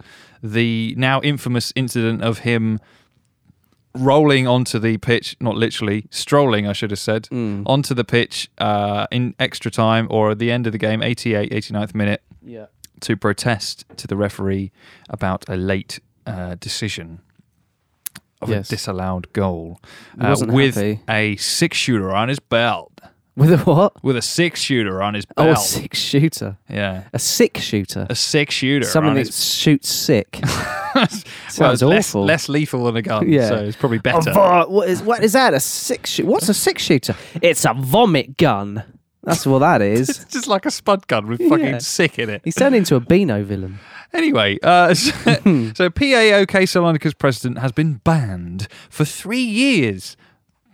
Speaker 2: the now infamous incident of him rolling onto the pitch, not literally, strolling, I should have said,
Speaker 3: Mm.
Speaker 2: onto the pitch uh, in extra time or at the end of the game, 88, 89th minute,
Speaker 3: Yeah.
Speaker 2: to protest to the referee about a late uh, decision. Of
Speaker 3: Yes.
Speaker 2: a disallowed goal
Speaker 3: He wasn't
Speaker 2: Uh, with
Speaker 3: happy.
Speaker 2: a six shooter on his belt.
Speaker 3: With a what?
Speaker 2: With a six shooter on his
Speaker 3: Oh, a
Speaker 2: belt.
Speaker 3: six shooter.
Speaker 2: yeah.
Speaker 3: A sick shooter.
Speaker 2: A six shooter.
Speaker 3: Someone
Speaker 2: on
Speaker 3: that
Speaker 2: his,
Speaker 3: shoots sick.
Speaker 2: well, it's
Speaker 3: Sounds
Speaker 2: less,
Speaker 3: awful.
Speaker 2: less lethal than a gun,
Speaker 3: Yeah.
Speaker 2: so it's probably
Speaker 3: A
Speaker 2: better.
Speaker 3: vo- what is what is that? A six? Shoot- What's a six shooter? It's a vomit gun. That's what that is.
Speaker 2: it's just like a spud gun with fucking
Speaker 3: Yeah.
Speaker 2: sick in it.
Speaker 3: He's turned into a Beano villain.
Speaker 2: Anyway, uh, so, so PAOK Salonika's president has been banned for three years.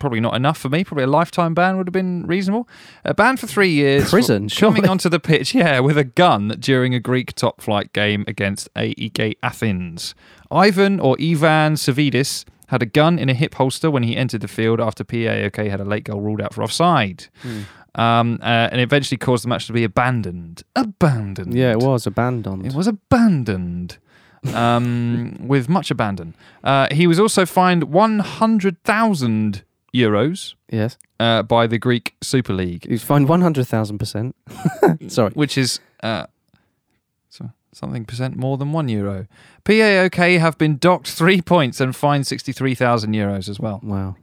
Speaker 2: Probably not enough for me. Probably a lifetime ban would have been reasonable. Uh, banned for three years. for Coming
Speaker 3: Prison, surely.
Speaker 2: onto the pitch, yeah, with a gun during a Greek top flight game against AEK Athens. Ivan or Ivan Savidis had a gun in a hip holster when he entered the field after PAOK had a late goal ruled out for offside.
Speaker 3: Hmm.
Speaker 2: Um, uh, and eventually caused the match to be abandoned. Abandoned.
Speaker 3: Yeah, it was abandoned.
Speaker 2: It was abandoned um, with much abandon. Uh, he was also fined 100,000 euros
Speaker 3: Yes,
Speaker 2: uh, by the Greek Super League,
Speaker 3: he was fined one hundred thousand percent. Sorry.
Speaker 2: which is uh, so something percent more than one euro. PAOK have been docked three points and fined 63,000 euros as well.
Speaker 3: Wow.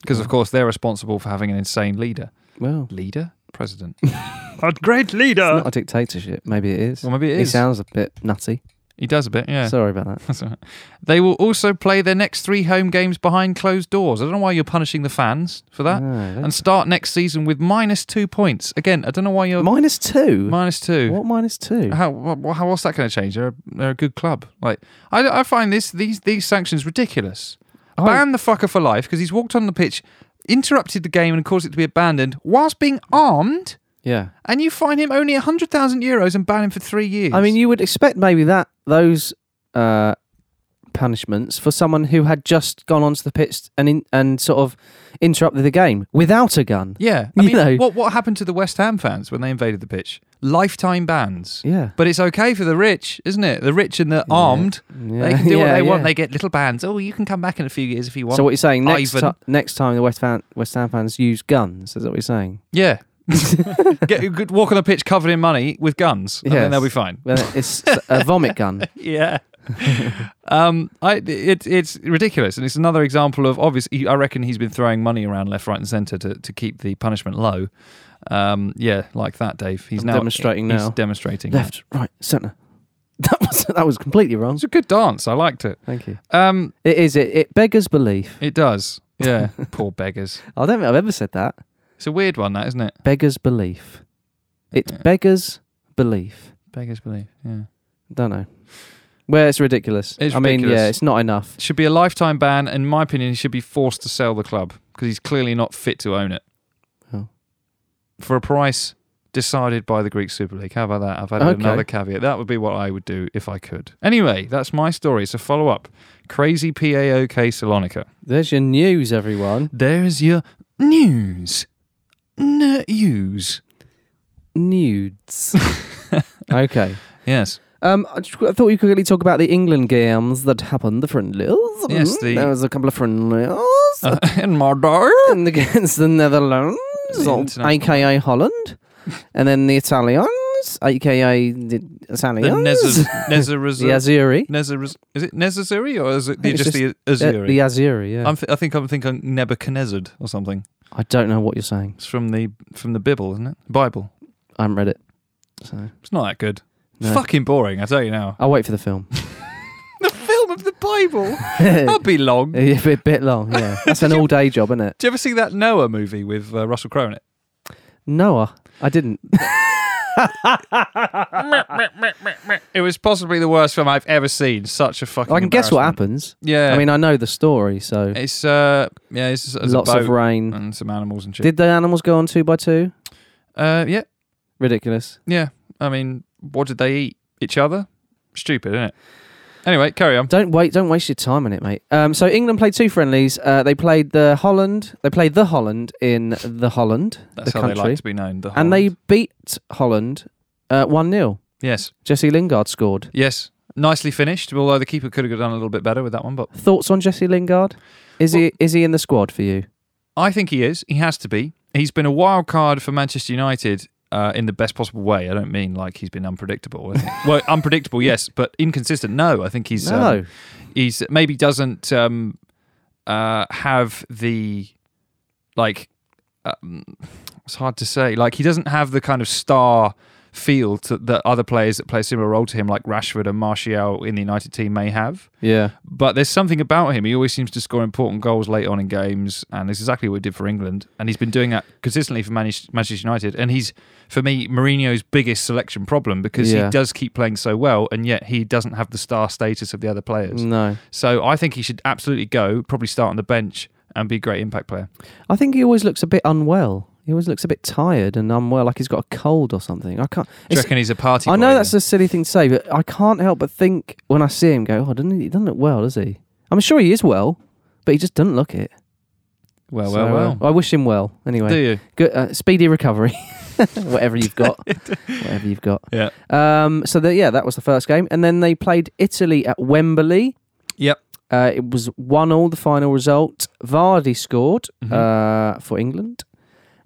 Speaker 2: Because, of course, they're responsible for having an insane leader.
Speaker 3: Well,
Speaker 2: Leader? President.
Speaker 5: A great leader.
Speaker 3: not a dictatorship. Maybe it is.
Speaker 2: Well, maybe it
Speaker 3: He
Speaker 2: is.
Speaker 3: sounds a bit nutty.
Speaker 2: He does a bit, yeah.
Speaker 3: Sorry about that.
Speaker 2: That's all right. They will also play their next three home games behind closed doors. I don't know why you're punishing the fans for that.
Speaker 3: No, that's-
Speaker 2: and start next season with minus two points. Again, I don't know why you're
Speaker 3: Minus two.
Speaker 2: minus two. Uh,
Speaker 3: What minus two?
Speaker 2: How wha- how else that going to change? They're a, they're a good club. Like I, I find this these these sanctions ridiculous.
Speaker 3: Oh.
Speaker 2: Ban the fucker for life because he's walked on the pitch, interrupted the game and caused it to be abandoned whilst being armed,
Speaker 3: Yeah.
Speaker 2: and you fine him only hundred thousand euros and ban him for three years.
Speaker 3: I mean, you would expect maybe that those uh, punishments for someone who had just gone onto the pitch and in, and sort of interrupted the game without a gun.
Speaker 2: Yeah, I
Speaker 3: You
Speaker 2: mean,
Speaker 3: know.
Speaker 2: what what happened to the West Ham fans when they invaded the pitch? Lifetime bans.
Speaker 3: Yeah.
Speaker 2: but it's okay for the rich, isn't it? The rich and the armed, they
Speaker 3: Yeah.
Speaker 2: can do what
Speaker 3: Yeah,
Speaker 2: they want.
Speaker 3: yeah.
Speaker 2: They get little bans. Oh, you can come back in a few years if you want.
Speaker 3: So what you're saying next
Speaker 2: Ivan.
Speaker 3: ti- next time the West Ham West Ham fans use guns? Is that what you're saying?
Speaker 2: yeah. Get you could walk on the pitch covered in money with guns, and then
Speaker 3: Yes.
Speaker 2: they'll be fine.
Speaker 3: Well, it's a vomit gun.
Speaker 2: Yeah. um, I it, it's ridiculous, and it's another example of obviously. I reckon he's been throwing money around left, right, and centre to, to keep the punishment low. Um, yeah, like that, Dave. He's
Speaker 3: I'm
Speaker 2: now
Speaker 3: demonstrating
Speaker 2: he's
Speaker 3: now.
Speaker 2: Demonstrating that.
Speaker 3: Left, right, centre. That was that was completely wrong.
Speaker 2: It's a good dance. I liked it.
Speaker 3: Thank you.
Speaker 2: Um,
Speaker 3: It is. It, it beggars belief.
Speaker 2: it does. Yeah. Poor beggars.
Speaker 3: I don't think I've ever said that.
Speaker 2: It's a weird one, that isn't it?
Speaker 3: Beggars belief. It beggars belief.
Speaker 2: Beggars believe. Yeah.
Speaker 3: Don't know. Well, it's ridiculous.
Speaker 2: It's
Speaker 3: I mean, yeah,
Speaker 2: ridiculous.
Speaker 3: it's not enough.
Speaker 2: Should be a lifetime ban. In my opinion, he should be forced to sell the club because he's clearly not fit to own it.
Speaker 3: Oh.
Speaker 2: For a price decided by the Greek Super League. How about that? I've added
Speaker 3: Okay.
Speaker 2: another caveat. That would be what I would do if I could. Anyway, that's my story. So follow up. Crazy PAOK Salonika.
Speaker 3: There's your news, everyone.
Speaker 2: There's your news. News.
Speaker 3: Nudes. okay.
Speaker 2: Yes.
Speaker 3: Um, I, just, I thought we could really talk about the England games that happened, the friendlies.
Speaker 2: Yes,
Speaker 3: Mm,
Speaker 2: the- Uh-huh.
Speaker 3: there was a couple of friendlies
Speaker 2: Uh, in my door.
Speaker 3: and against the Netherlands. Netherlands, or
Speaker 2: International.
Speaker 3: aka Holland, and then the Italians, aka the
Speaker 2: The
Speaker 3: Italians,
Speaker 2: Nezaz-
Speaker 3: the
Speaker 2: Nezarezur-
Speaker 3: Azuri,
Speaker 2: Nezarez- Is it Nezazuri or is it
Speaker 3: think it's
Speaker 2: just, the
Speaker 3: Uh,
Speaker 2: Azuri?
Speaker 3: the Azuri. Yeah,
Speaker 2: I'm th- I think I'm thinking Nebuchadnezzar or something.
Speaker 3: I don't know what you're saying.
Speaker 2: It's from the from the Bible, isn't it? Bible.
Speaker 3: I haven't read it, so
Speaker 2: It's not that good.
Speaker 3: No.
Speaker 2: Fucking boring. I tell you now.
Speaker 3: I'll wait for the film.
Speaker 2: The film of the Bible.
Speaker 3: a
Speaker 2: That'd be long. Do
Speaker 3: bit, bit long. Yeah, that's an all-day job, isn't it?
Speaker 2: you ever see that Noah movie with uh, Russell Crowe in it?
Speaker 3: Noah, I didn't.
Speaker 2: It was possibly the worst film I've ever seen. Such a fucking.
Speaker 3: I can guess what
Speaker 2: embarrassment.
Speaker 3: happens.
Speaker 2: Yeah.
Speaker 3: I mean, I know the story, so
Speaker 2: it's uh, yeah, it's, just- it's
Speaker 3: lots
Speaker 2: a boat
Speaker 3: of rain.
Speaker 2: and some animals and shit.
Speaker 3: Did the animals go on two by two?
Speaker 2: uh, yeah,
Speaker 3: Ridiculous.
Speaker 2: yeah. I mean, what did they eat? Each other? Stupid, isn't it? Anyway, carry on.
Speaker 3: Don't wait. Don't waste your time on it, mate. Um, so England played two friendlies. Uh, they played the Holland. They played the Holland in the Holland,
Speaker 2: That's
Speaker 3: the
Speaker 2: how
Speaker 3: country,
Speaker 2: they like to be known. The
Speaker 3: and they
Speaker 2: Holland.
Speaker 3: beat Holland uh, one 0
Speaker 2: yes,
Speaker 3: Jesse Lingard scored.
Speaker 2: yes, nicely finished. Although the keeper could have done a little bit better with that one, but
Speaker 3: Thoughts on Jesse Lingard? Is he is he in the squad for you?
Speaker 2: I think he is. He has to be. He's been a wild card for Manchester United uh, in the best possible way. I don't mean like he's been unpredictable. I think- well, unpredictable, yes, but inconsistent. No, I think he's um,
Speaker 3: No,
Speaker 2: he's maybe doesn't um, uh, have the like. Um, it's hard to say. Like he doesn't have the kind of star feel to, that other players that play a similar role to him, like Rashford and Martial in the United team, may have
Speaker 3: yeah,
Speaker 2: but there's something about him. He always seems to score important goals late on in games, and it's exactly what he did for England. And he's been doing that consistently for Manchester Manchester United. And he's, for me, Mourinho's biggest selection problem because
Speaker 3: Yeah.
Speaker 2: he does keep playing so well, and yet he doesn't have the star status of the other players.
Speaker 3: no.
Speaker 2: So I think he should absolutely go, probably start on the bench and be a great impact player.
Speaker 3: I think he always looks a bit unwell. He always looks a bit tired and unwell, like he's got a cold or something. I can't.
Speaker 2: Do you
Speaker 3: it's-
Speaker 2: reckon he's a party?
Speaker 3: I
Speaker 2: boy,
Speaker 3: know that's
Speaker 2: then?
Speaker 3: a silly thing to say, but I can't help but think when I see him go, oh, doesn't he, he doesn't look well, does he? I'm sure he is well, but he just doesn't look it.
Speaker 2: well,
Speaker 3: So,
Speaker 2: well, well.
Speaker 3: uh, I wish him well.
Speaker 2: Do
Speaker 3: Anyway,
Speaker 2: you?
Speaker 3: good uh, speedy recovery, whatever you've got, whatever you've got.
Speaker 2: Yeah.
Speaker 3: Um. So that yeah, that was the first game, and then they played Italy at Wembley.
Speaker 2: Yep.
Speaker 3: Uh, it was one all the final result. Vardy scored
Speaker 2: Mm-hmm.
Speaker 3: uh, for England,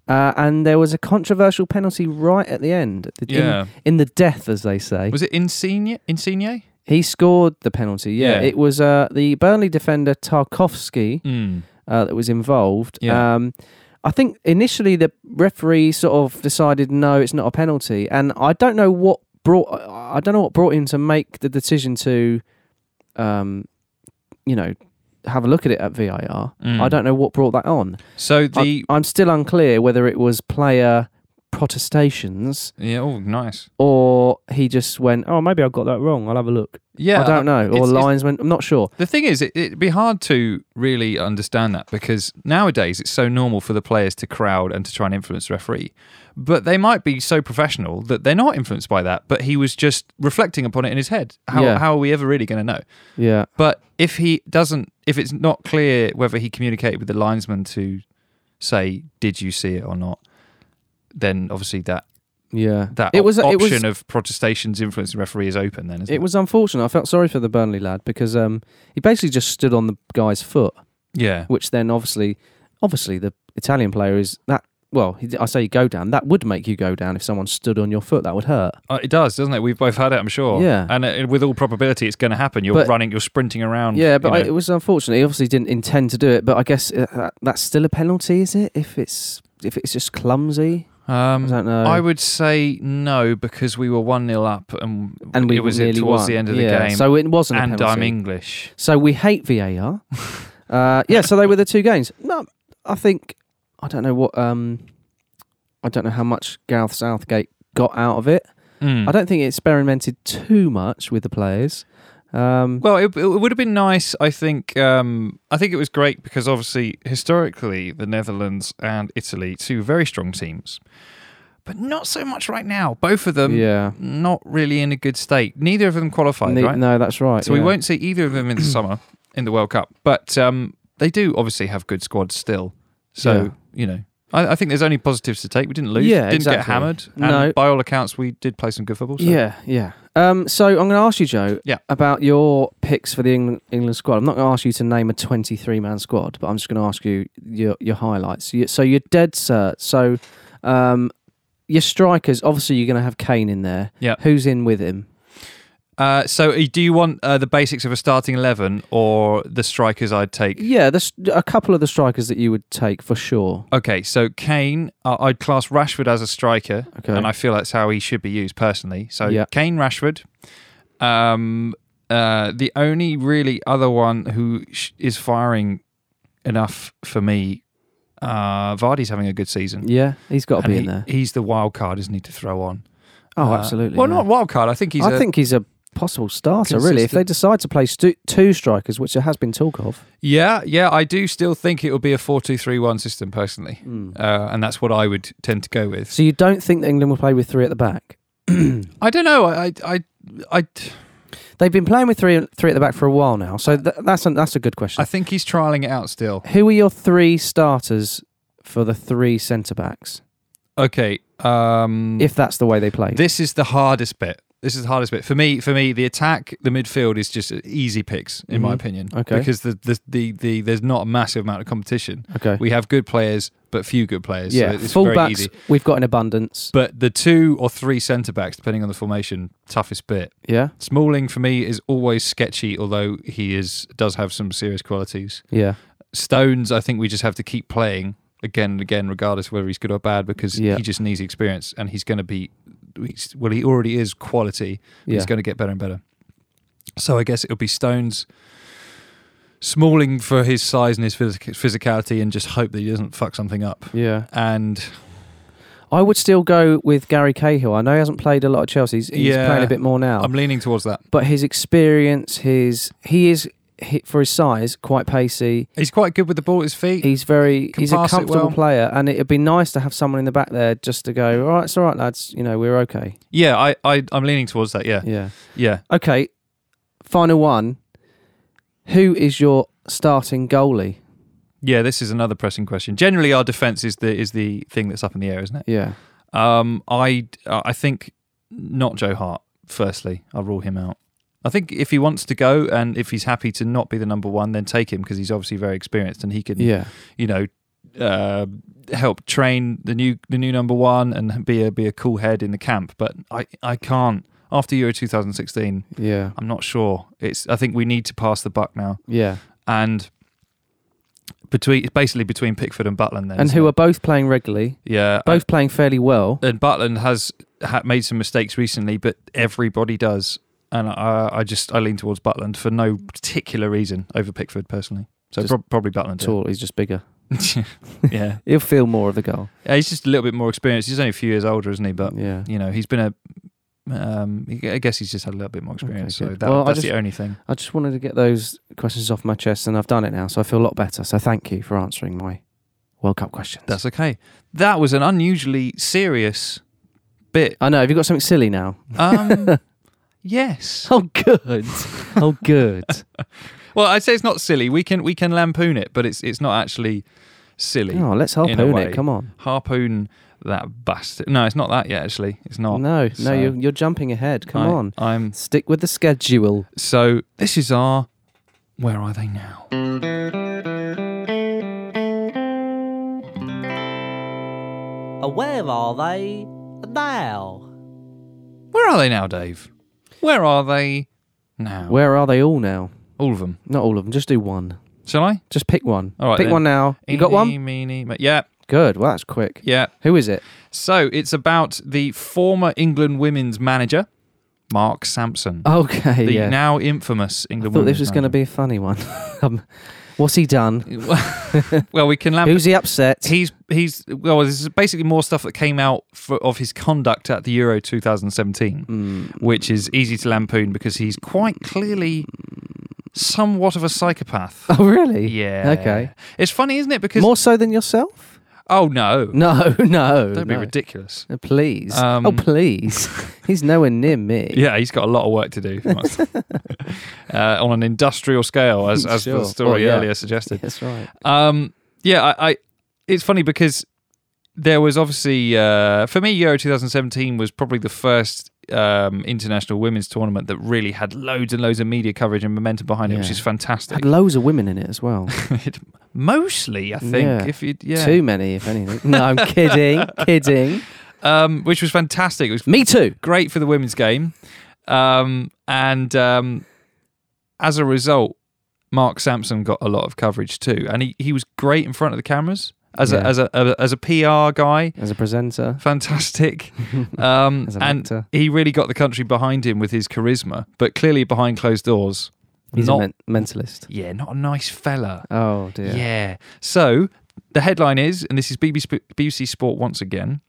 Speaker 3: uh, and there was a controversial penalty right at the end, at the- in-
Speaker 2: Yeah.
Speaker 3: in the death, as they say.
Speaker 2: Was it Insigne? Insigne?
Speaker 3: He scored the penalty.
Speaker 2: Yeah.
Speaker 3: Yeah, it was uh, the Burnley defender Tarkovsky
Speaker 2: Mm.
Speaker 3: uh, that was involved.
Speaker 2: Yeah.
Speaker 3: Um, I think initially the referee sort of decided no, it's not a penalty, and I don't know what brought I I don't know what brought him to make the decision to, um, you know, have a look at it at VIR.
Speaker 2: Mm.
Speaker 3: I don't know what brought that on.
Speaker 2: So the
Speaker 3: I, am still unclear whether it was player protestations
Speaker 2: yeah, oh nice.
Speaker 3: or he just went, oh, maybe I got that wrong. I'll have a look.
Speaker 2: Yeah, uh,
Speaker 3: I don't know. Or
Speaker 2: it's- it's-
Speaker 3: linesman. I'm not sure.
Speaker 2: The thing is, it, it'd be hard to really understand that because nowadays it's so normal for the players to crowd and to try and influence the referee. But they might be so professional that they're not influenced by that. But he was just reflecting upon it in his head. How,
Speaker 3: Yeah.
Speaker 2: how are we ever really going to know?
Speaker 3: Yeah.
Speaker 2: But if he doesn't, if it's not clear whether he communicated with the linesman to say, "Did you see it or not?" Then obviously that
Speaker 3: Yeah.
Speaker 2: that
Speaker 3: it was
Speaker 2: option
Speaker 3: it was
Speaker 2: of protestations influencing referee is open. Then isn't
Speaker 3: it was unfortunate. I felt sorry for the Burnley lad because um he basically just stood on the guy's foot,
Speaker 2: yeah.
Speaker 3: which then obviously obviously the Italian player is that well, he, I say you go down. That would make you go down if someone stood on your foot. That would hurt.
Speaker 2: Uh, it does, doesn't it? We've both had it, I'm sure.
Speaker 3: Yeah.
Speaker 2: And uh, with all probability, it's going to happen. You're
Speaker 3: But-
Speaker 2: running, you're sprinting around.
Speaker 3: Yeah, but I,
Speaker 2: Um, you
Speaker 3: it
Speaker 2: know.
Speaker 3: was unfortunate. He obviously didn't intend to do it, but I guess uh, that, that's still a penalty, is it? If it's if it's just clumsy,
Speaker 2: um,
Speaker 3: I uh, don't know.
Speaker 2: I would say no because we were one 0 up and,
Speaker 3: and we
Speaker 2: it was
Speaker 3: nearly
Speaker 2: towards
Speaker 3: won.
Speaker 2: the end of the
Speaker 3: Yeah,
Speaker 2: game.
Speaker 3: So it wasn't a
Speaker 2: and
Speaker 3: penalty.
Speaker 2: I'm English.
Speaker 3: So we hate VAR. uh, yeah, so they were the two games. No, I think I don't know what um, I don't know how much Gareth Southgate got out of it.
Speaker 2: Mm.
Speaker 3: I don't think he experimented too much with the players. Um,
Speaker 2: Well, it, it would have been nice. I think. Um, I think it was great because obviously historically the Netherlands and Italy, two very strong teams, but not so much right now. Both of them,
Speaker 3: yeah,
Speaker 2: not really in a good state. Neither of them qualified.
Speaker 3: Ne-
Speaker 2: right?
Speaker 3: no, that's right.
Speaker 2: So we
Speaker 3: yeah.
Speaker 2: won't see either of them in the summer in the World Cup, but um, they do obviously have good squads still. So
Speaker 3: Yeah.
Speaker 2: you know, I, I think there's only positives to take. We didn't lose.
Speaker 3: Yeah,
Speaker 2: didn't get
Speaker 3: exactly.
Speaker 2: hammered. And
Speaker 3: No.
Speaker 2: by all accounts, we did play some good football. So.
Speaker 3: Yeah, yeah. Um, so I'm going to ask you, Joe,
Speaker 2: Yeah.
Speaker 3: about your picks for the England, England squad. I'm not going to ask you to name a 23 man squad, but I'm just going to ask you your your highlights. You, so you're dead cert. So um, your strikers, obviously, you're going to have Kane in there.
Speaker 2: Yeah.
Speaker 3: Who's in with him?
Speaker 2: Uh, so, uh, do you want uh, the basics of a starting eleven or the strikers I'd take?
Speaker 3: Yeah, there's a couple of the strikers that you would take for sure.
Speaker 2: Okay, so Kane, uh, I'd class Rashford as a striker,
Speaker 3: Okay.
Speaker 2: and I feel that's how he should be used personally. So
Speaker 3: Yeah.
Speaker 2: Kane, Rashford. Um, uh, the only really other one who sh- is firing enough for me, uh, Vardy's having a good season.
Speaker 3: Yeah, he's got to
Speaker 2: And
Speaker 3: be in
Speaker 2: he-
Speaker 3: there.
Speaker 2: He's the wild card, isn't he, to throw on?
Speaker 3: Oh,
Speaker 2: Uh,
Speaker 3: absolutely.
Speaker 2: Well,
Speaker 3: yeah.
Speaker 2: not wild card. I think he's.
Speaker 3: I
Speaker 2: a-
Speaker 3: think he's a possible starter, really. If
Speaker 2: Consistent.
Speaker 3: they decide to play stu- two strikers, which there has been talk of.
Speaker 2: Yeah, yeah. I do still think it will be a four-two-three-one system personally,
Speaker 3: Hmm.
Speaker 2: uh, and that's what I would tend to go with.
Speaker 3: So you don't think that England will play with three at the back?
Speaker 2: I don't know. I, I, I, I-
Speaker 3: They've been playing with three three at the back for a while now, so th- that's a, that's a good question.
Speaker 2: I think he's trialing it out still.
Speaker 3: Who are your three starters for the three centre backs?
Speaker 2: Okay. Um,
Speaker 3: If that's the way they play,
Speaker 2: this is the hardest bit. This is the hardest bit for me. For me, the attack, the midfield is just easy picks, in my
Speaker 3: Mhm.
Speaker 2: opinion.
Speaker 3: Okay.
Speaker 2: Because the, the the the there's not a massive amount of competition.
Speaker 3: okay,
Speaker 2: We have good players, but few good players.
Speaker 3: yeah,
Speaker 2: So it's
Speaker 3: full
Speaker 2: very
Speaker 3: backs
Speaker 2: easy.
Speaker 3: we've got in abundance.
Speaker 2: But the two or three centre backs, depending on the formation, toughest bit.
Speaker 3: Yeah,
Speaker 2: Smalling for me is always sketchy, although he is does have some serious qualities.
Speaker 3: yeah,
Speaker 2: Stones, I think we just have to keep playing again and again, regardless of whether he's good or bad, because
Speaker 3: Yeah.
Speaker 2: he just needs the experience and he's going to be, he's, well, he already is quality. but
Speaker 3: Yeah.
Speaker 2: He's going to get better and better. So I guess it'll be Stones, Smalling for his size and his physic- physicality, and just hope that he doesn't fuck something up.
Speaker 3: yeah.
Speaker 2: And
Speaker 3: I would still go with Gary Cahill. I know he hasn't played a lot of Chelsea. He's, he's
Speaker 2: Yeah.
Speaker 3: playing a bit more now,
Speaker 2: I'm leaning towards that.
Speaker 3: but his experience, his he is he, for his size quite pacey.
Speaker 2: He's quite good with the ball at his feet.
Speaker 3: He's very
Speaker 2: Can
Speaker 3: he's a
Speaker 2: pass it
Speaker 3: comfortable
Speaker 2: well.
Speaker 3: player, and it'd be nice to have someone in the back there just to go. All right, it's all right, lads. You know, we're okay.
Speaker 2: yeah, I, I, I'm leaning towards that. Yeah.
Speaker 3: Yeah.
Speaker 2: Yeah.
Speaker 3: Okay, final one. Who is your starting goalie?
Speaker 2: Yeah, this is another pressing question. Generally, our defense is the is the thing that's up in the air, isn't it?
Speaker 3: Yeah.
Speaker 2: Um, I I think not Joe Hart. Firstly, I'll rule him out. I think if he wants to go and if he's happy to not be the number one, then take him because he's obviously very experienced and he can,
Speaker 3: Yeah.
Speaker 2: you know, uh, help train the new the new number one and be a be a cool head in the camp. But I I can't after Euro 2016.
Speaker 3: Yeah.
Speaker 2: I'm not sure. It's I think we need to pass the buck now
Speaker 3: Yeah.
Speaker 2: and between it's basically between Pickford and Butland then.
Speaker 3: And
Speaker 2: isn't
Speaker 3: who
Speaker 2: it? Uh,
Speaker 3: are both playing regularly,
Speaker 2: yeah
Speaker 3: both playing fairly well.
Speaker 2: and Butland has ha- made some mistakes recently, but everybody does, and I, I just I lean towards Butland for no particular reason over Pickford personally. So
Speaker 3: Just
Speaker 2: prob- probably Butland. yeah.
Speaker 3: Tall, he's just bigger.
Speaker 2: yeah.
Speaker 3: He'll feel more of the goal.
Speaker 2: yeah, he's just a little bit more experienced. He's only a few years older, isn't he? But
Speaker 3: yeah.
Speaker 2: you know, he's been a. Um, I guess he's just had a little bit more experience.
Speaker 3: Okay,
Speaker 2: so
Speaker 3: good.
Speaker 2: that,
Speaker 3: Well, I
Speaker 2: that's
Speaker 3: just-
Speaker 2: the only thing.
Speaker 3: I just wanted to get those questions off my chest, and I've done it now, so I feel a lot better. So thank you for answering my World Cup questions.
Speaker 2: That's okay. That was an unusually serious bit.
Speaker 3: I know. Have you got something silly now?
Speaker 2: Um, yes.
Speaker 3: Oh, good. oh, good.
Speaker 2: Well, I'd say it's not silly. We can we can lampoon it, but it's it's not actually silly.
Speaker 3: Oh, let's
Speaker 2: In a
Speaker 3: harpoon
Speaker 2: way.
Speaker 3: it. Come on.
Speaker 2: Harpoon that bastard. No, it's not that yet. Actually, it's not.
Speaker 3: no, no,
Speaker 2: so-
Speaker 3: you're, you're jumping ahead. Come
Speaker 2: I-
Speaker 3: on.
Speaker 2: I'm
Speaker 3: Stick with the schedule.
Speaker 2: so. This is our. Where are they now?
Speaker 6: Uh, Where are they now?
Speaker 2: Where are they now, Dave? Where are they now?
Speaker 3: Where are they all now?
Speaker 2: All of them.
Speaker 3: Not all of them. Just do one.
Speaker 2: Shall I?
Speaker 3: Just pick one.
Speaker 2: All right,
Speaker 3: pick
Speaker 2: then.
Speaker 3: one now. You got one?
Speaker 2: Eeny, meeny, mi- yeah,
Speaker 3: Good. Well, that's quick.
Speaker 2: yeah.
Speaker 3: Who is it?
Speaker 2: So it's about the former England women's manager, Mark Sampson.
Speaker 3: Okay.
Speaker 2: the
Speaker 3: Oh, yeah.
Speaker 2: now infamous England.
Speaker 3: Thought
Speaker 2: women's
Speaker 3: this was going to be a funny one. um, what's he done?
Speaker 2: manager. well, we can lamp-
Speaker 3: Who's he upset?
Speaker 2: he's he's well this is basically more stuff that came out for, of his conduct at the euro 2017
Speaker 3: Hmm.
Speaker 2: which is easy to lampoon because he's quite clearly somewhat of a psychopath
Speaker 3: oh, really?
Speaker 2: yeah
Speaker 3: Okay.
Speaker 2: it's funny isn't it because
Speaker 3: More so than yourself?
Speaker 2: oh no,
Speaker 3: No, no.
Speaker 2: don't be
Speaker 3: no.
Speaker 2: ridiculous
Speaker 3: Uh, Please.
Speaker 2: Um,
Speaker 3: oh, please. he's nowhere near me.
Speaker 2: yeah, he's got a lot of work to do uh, on an industrial scale, as, as
Speaker 3: Sure.
Speaker 2: the story
Speaker 3: Well, yeah.
Speaker 2: earlier suggested.
Speaker 3: That's right.
Speaker 2: Um, yeah, I, I. It's funny because there was obviously uh, for me Euro 2017 was probably the first um, international women's tournament that really had loads and loads of media coverage and momentum behind it, which
Speaker 3: Yeah.
Speaker 2: is fantastic.
Speaker 3: Had loads of women in it as well.
Speaker 2: It- mostly, I think,
Speaker 3: Yeah.
Speaker 2: if you yeah,
Speaker 3: Too many, if anything. No, I'm kidding. kidding.
Speaker 2: um, which was fantastic. It was
Speaker 3: Me too.
Speaker 2: great for the women's game, um, and um, as a result, Mark Sampson got a lot of coverage too, and he, he was great in front of the cameras as
Speaker 3: Yeah.
Speaker 2: a as a as a PR guy.
Speaker 3: As a presenter.
Speaker 2: fantastic. Um,
Speaker 3: As an
Speaker 2: and
Speaker 3: actor.
Speaker 2: he really got the country behind him with his charisma, but clearly behind closed doors.
Speaker 3: He's
Speaker 2: not,
Speaker 3: a men- mentalist.
Speaker 2: yeah, not a nice fella.
Speaker 3: Oh dear.
Speaker 2: Yeah. So the headline is, and this is BBC, Sp- BBC Sport once again.